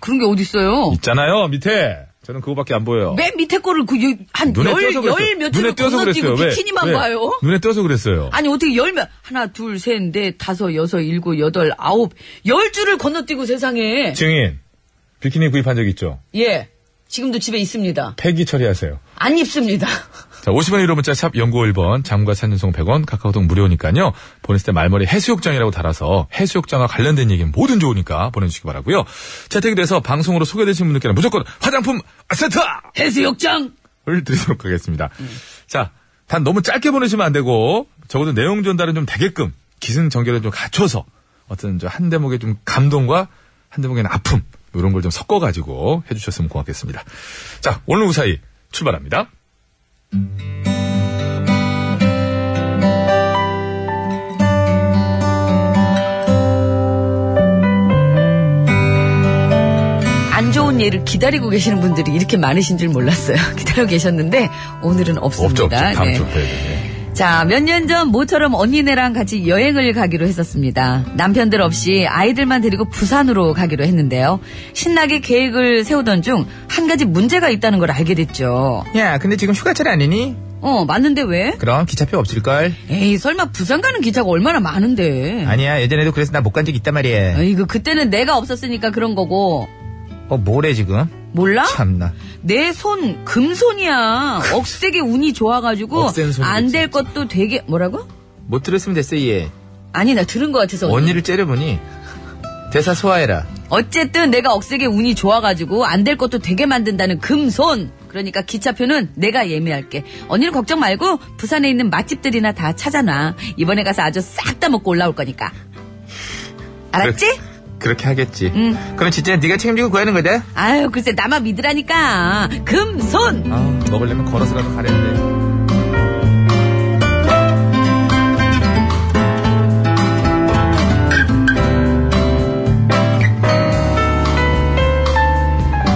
S2: 그런 게 어디 있어요?
S3: 있잖아요, 밑에. 저는 그거밖에 안 보여요.
S2: 맨 밑에 거를 그
S3: 눈에 띄어서
S2: 네, 그한열열
S3: 그랬어요.
S2: 며칠
S3: 눈에 띄어서
S2: 건너뛰고
S3: 그랬어요. 왜?
S2: 비키니만
S3: 왜?
S2: 봐요.
S3: 눈에 띄어서 그랬어요.
S2: 아니 어떻게 열몇 하나 둘 셋 넷 다섯 여섯 일곱 여덟 아홉 열 줄을 건너뛰고 세상에
S3: 증인, 비키니 구입한 적 있죠?
S2: 예 지금도 집에 있습니다.
S3: 폐기 처리하세요.
S2: 안 입습니다.
S3: 자, 50원의 유료 문자 샵 연구 1번, 장과 산윤송 100원, 카카오톡 무료니까요. 보냈을 때 말머리 해수욕장이라고 달아서 해수욕장과 관련된 얘기는 뭐든 좋으니까 보내주시기 바라고요. 채택이 돼서 방송으로 소개되신 분들께는 무조건 화장품 세트를
S2: 해수욕장
S3: 드리도록 하겠습니다.
S2: 음.
S3: 자, 단 너무 짧게 보내시면 안 되고 적어도 내용 전달은 좀 되게끔 기승전결을 좀 갖춰서 어떤 저한 대목의 좀 감동과 한대목에는 아픔 이런 걸 좀 섞어가지고 해주셨으면 고맙겠습니다. 자 오늘 우사히 출발합니다.
S2: 안 좋은 예를 기다리고 계시는 분들이 이렇게 많으신 줄 몰랐어요. 기다리고 계셨는데 오늘은
S3: 없죠 없죠
S2: 없습니다.
S3: 다음
S2: 네.
S3: 주. 네, 네, 네.
S2: 자, 몇 년 전 모처럼 언니네랑 같이 여행을 가기로 했었습니다. 남편들 없이 아이들만 데리고 부산으로 가기로 했는데요. 신나게 계획을 세우던 중 한 가지 문제가 있다는 걸 알게 됐죠.
S1: 야, 근데 지금 휴가철 아니니?
S2: 어, 맞는데 왜?
S1: 그럼 기차표 없을걸?
S2: 에이, 설마 부산 가는 기차가 얼마나 많은데.
S1: 아니야, 예전에도 그래서 나 못 간 적 있단 말이야.
S2: 이거 그때는 내가 없었으니까 그런 거고.
S1: 어, 뭐래, 지금?
S2: 몰라?
S1: 참나.
S2: 내 손 금손이야. 억세게 운이 좋아가지고
S1: 억센 손이겠지,
S2: 안 될 것도 되게 뭐라고?
S1: 못 들었으면 됐어, 얘.
S2: 아니 나 들은 것 같아서 언니.
S1: 언니를 째려보니, 대사 소화해라.
S2: 어쨌든 내가 억세게 운이 좋아가지고 안 될 것도 되게 만든다는 금손. 그러니까 기차표는 내가 예매할게. 언니는 걱정 말고 부산에 있는 맛집들이나 다 찾아놔. 이번에 가서 아주 싹 다 먹고 올라올 거니까. 알았지?
S1: 그렇게 하겠지.
S2: 응.
S1: 그럼 진짜 네가 책임지고 구하는 거다?
S2: 아유 글쎄 나만 믿으라니까. 금손.
S1: 아, 먹으려면 걸어서라도 가려는데.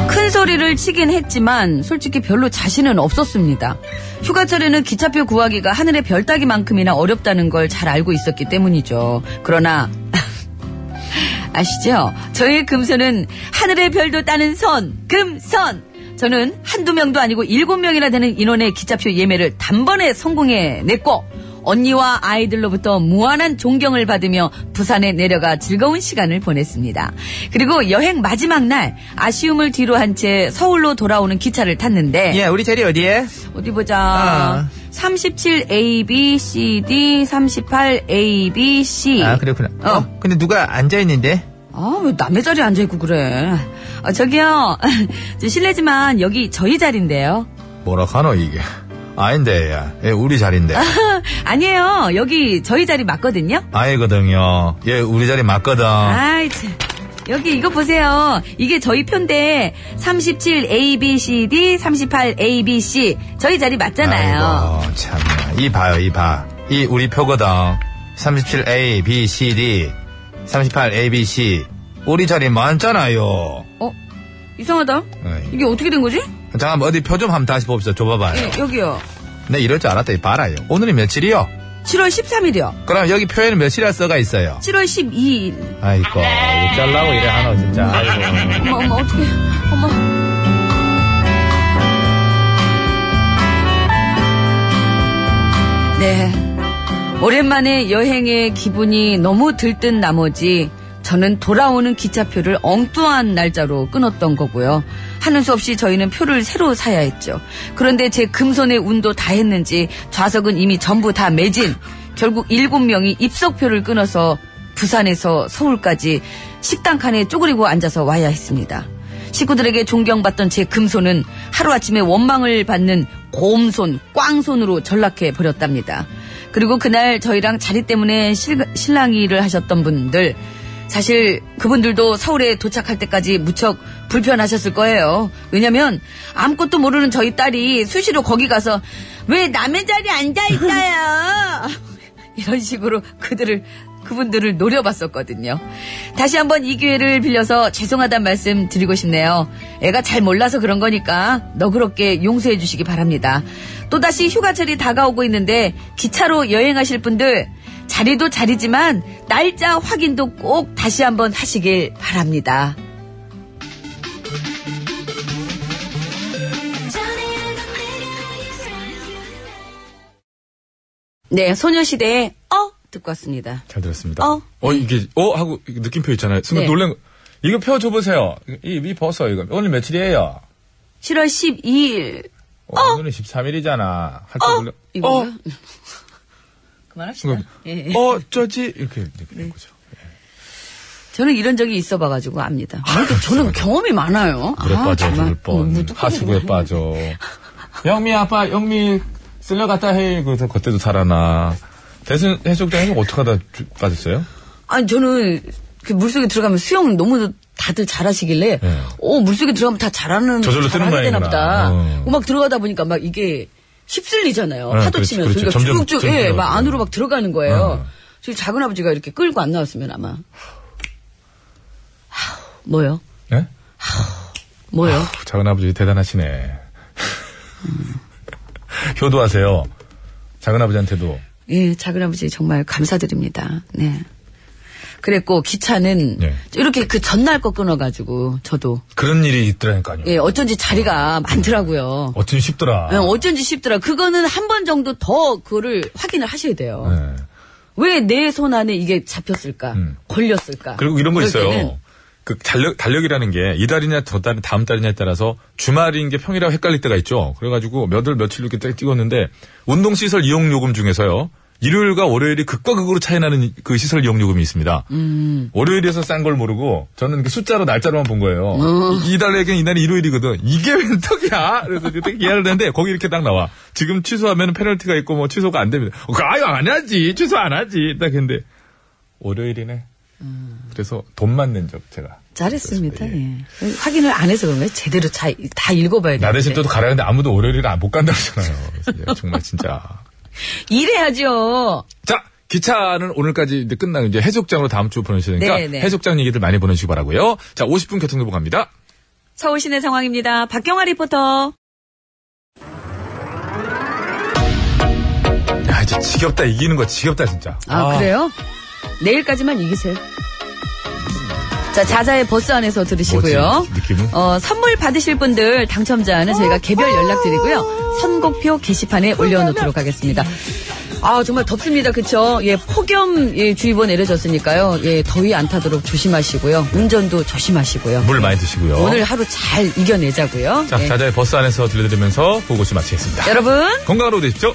S2: 큰 소리를 치긴 했지만 솔직히 별로 자신은 없었습니다. 휴가철에는 기차표 구하기가 하늘의 별 따기만큼이나 어렵다는 걸 잘 알고 있었기 때문이죠. 그러나 아시죠? 저의 금손은 하늘의 별도 따는 선, 금선. 저는 한두 명도 아니고 일곱 명이나 되는 인원의 기차표 예매를 단번에 성공해 냈고 언니와 아이들로부터 무한한 존경을 받으며 부산에 내려가 즐거운 시간을 보냈습니다. 그리고 여행 마지막 날 아쉬움을 뒤로 한 채 서울로 돌아오는 기차를 탔는데
S1: 야, 우리 자리 어디에?
S2: 어디 보자.
S1: 예. 아.
S2: 37AB, CD, 38AB, C.
S1: 아, 그렇구나. 어.
S2: 어.
S1: 근데 누가 앉아있는데?
S2: 아, 왜 남의 자리에 앉아있고 그래. 아, 저기요. 저 실례지만 여기 저희 자리인데요.
S3: 뭐라 하노 이게? 아닌데 야, 예, 우리 자리인데.
S2: 아. 아니에요. 여기 저희 자리 맞거든요.
S3: 아이거든요. 예, 우리 자리 맞거든.
S2: 아이, 참. 여기 이거 보세요. 이게 저희 편데 37ABCD, 38ABC. 저희 자리 맞잖아요.
S3: 아이고, 참. 이 봐요, 이 봐. 이 우리 표거든. 37A, B, C, D. 38A, B, C. 우리 자리 많잖아요.
S2: 어? 이상하다.
S3: 어이.
S2: 이게 어떻게 된 거지?
S3: 잠깐 어디 표 좀 한번 다시 봅시다. 줘봐봐요.
S2: 예, 여기요.
S3: 네, 이럴 줄 알았다. 이 봐라요. 오늘이 며칠이요?
S2: 7월 13일이요.
S3: 그럼 여기 표에는 며칠이라 써가 있어요.
S2: 7월 12일.
S3: 아이고, 이 잘라고 이래 하노, 진짜. 아이고.
S2: 어머, 어머, 어떡해. 어머. 네. 오랜만에 여행에 기분이 너무 들뜬 나머지 저는 돌아오는 기차표를 엉뚱한 날짜로 끊었던 거고요. 하는 수 없이 저희는 표를 새로 사야 했죠. 그런데 제 금손의 운도 다 했는지 좌석은 이미 전부 다 매진. 결국 일곱 명이 입석표를 끊어서 부산에서 서울까지 식당 칸에 쪼그리고 앉아서 와야 했습니다. 식구들에게 존경받던 제 금손은 하루아침에 원망을 받는 곰손, 꽝손으로 전락해 버렸답니다. 그리고 그날 저희랑 자리 때문에 실, 실랑이를 하셨던 분들, 사실 그분들도 서울에 도착할 때까지 무척 불편하셨을 거예요. 왜냐면 아무것도 모르는 저희 딸이 수시로 거기 가서 왜 남의 자리에 앉아있어요! 이런 식으로 그들을 그분들을 노려봤었거든요. 다시 한번 이 기회를 빌려서 죄송하단 말씀 드리고 싶네요. 애가 잘 몰라서 그런 거니까 너그럽게 용서해 주시기 바랍니다. 또다시 휴가철이 다가오고 있는데 기차로 여행하실 분들 자리도 자리지만 날짜 확인도 꼭 다시 한번 하시길 바랍니다. 네, 소녀시대의 어 듣고 왔습니다.
S3: 잘 들었습니다.
S2: 어.
S3: 이게, 어? 하고 느낌표 있잖아요. 순간
S2: 네.
S3: 놀란 거. 이거 표 줘보세요. 이, 이 벗어, 이거. 오늘 며칠이에요?
S2: 7월 12일
S3: 어, 오늘은 13일이잖아. 할거 놀라...
S2: 어?
S3: 어?
S2: 이거 요 그만합시다.
S3: 순간,
S2: 예, 네. 예.
S3: 어, 저지? 이렇게 이렇게 된 거죠.
S2: 저는 이런 적이 있어 봐가지고 압니다. 아, 근데 저는 경험이 많아요.
S3: 물에
S2: 아,
S3: 음, 빠져
S2: 정말.
S3: 죽을
S2: 어,
S3: 뻔
S2: 무뚝뚝하게
S3: 하수구에
S2: 그냥.
S3: 빠져 영미 아빠 영미 쓸려 갔다 해 그래서 그때도 살아나 대순 해수욕장에서 어떻게 하다 주- 빠졌어요?
S2: 아니 저는 그 물속에 들어가면 수영 너무 다들 잘하시길래 오 물속에 들어가면 다 잘하는
S3: 네. 저절로 뜨는
S2: 잘하게 되나 보다.
S3: 모양이구나. 어.
S2: 막 들어가다 보니까 막 이게 휩쓸리잖아요.
S3: 네,
S2: 파도
S3: 그렇지,
S2: 치면서
S3: 그렇지.
S2: 그러니까
S3: 점점
S2: 쭉쭉
S3: 점점
S2: 예, 막
S3: 들어가고.
S2: 안으로 막 들어가는 거예요.
S3: 어.
S2: 저희 작은 아버지가 이렇게 끌고 안 나왔으면 아마 아우, 뭐요?
S3: 예?
S2: 뭐요?
S3: 아우, 작은 아버지 대단하시네. 효도하세요. 작은 아버지한테도.
S2: 예, 작은 아버지 정말 감사드립니다. 네. 그랬고 기차는
S3: 예.
S2: 이렇게 그 전날 거 끊어가지고 저도
S3: 그런 일이 있더라니까요.
S2: 예, 어쩐지 자리가 많더라고요.
S3: 어쩐지 쉽더라.
S2: 예, 어쩐지 싶더라. 그거는 한 번 정도 더 그거를 확인을 하셔야 돼요.
S3: 예.
S2: 왜 내 손 안에 이게 잡혔을까? 걸렸을까?
S3: 음. 그리고 이런 거
S2: 그러니까. 그럴 때는
S3: 있어요. 그 달력, 달력이라는 게 이달이냐 저 달, 다음 달이냐에 따라서 주말인 게 평일하고 헷갈릴 때가 있죠. 그래가지고 몇 월 며칠 이렇게 딱 찍었는데 운동시설 이용요금 중에서요. 일요일과 월요일이 극과 극으로 차이나는 그 시설 이용요금이 있습니다.
S2: 음.
S3: 월요일에서 싼 걸 모르고 저는 그 숫자로 날짜로만 본 거예요.
S2: 어.
S3: 이- 이달에겐 이날이 일요일이거든. 이게 웬 턱이야? 그래서 이렇게 이해를 했는데 거기 이렇게 딱 나와. 지금 취소하면 페널티가 있고 뭐 취소가 안 됩니다. 어, 아유 안 하지. 취소 안 하지. 딱 했는데 월요일이네. 그래서 돈만 낸 적 제가.
S2: 잘했습니다. 예. 확인을 안 해서 그런가요? 제대로 자, 다 읽어봐야 돼.
S3: 나 대신 또 가라는데 아무도 월요일에 안- 못 간다 그러잖아요. 그래서 이제 정말 진짜.
S2: 일해야죠.
S3: 자, 기차는 오늘까지 이제 끝나고 이제 해수욕장으로 다음 주 보내시니까
S2: 네, 네.
S3: 해수욕장 얘기들 많이 보내주시기 바라고요. 자, 50분 교통정보 갑니다.
S2: 서울 시내 상황입니다. 박경화 리포터.
S3: 야, 이제 지겹다 이기는 거 지겹다 진짜.
S2: 아, 그래요? 내일까지만 이기세요. 자, 자자의 버스 안에서 들으시고요.
S3: 뭐지, 느낌은?
S2: 어, 선물 받으실 분들 당첨자는 저희가 개별 연락드리고요. 선곡표 게시판에 올려놓도록 하겠습니다. 아, 정말 덥습니다. 그쵸? 예, 폭염, 예, 주의보 내려졌으니까요. 예, 더위 안 타도록 조심하시고요. 운전도 조심하시고요.
S3: 물 많이 드시고요.
S2: 오늘 하루 잘 이겨내자고요.
S3: 뭐? 자,
S2: 예.
S3: 자자의 버스 안에서 들려드리면서 보고시 마치겠습니다.
S2: 여러분.
S3: 건강으로 되십시오.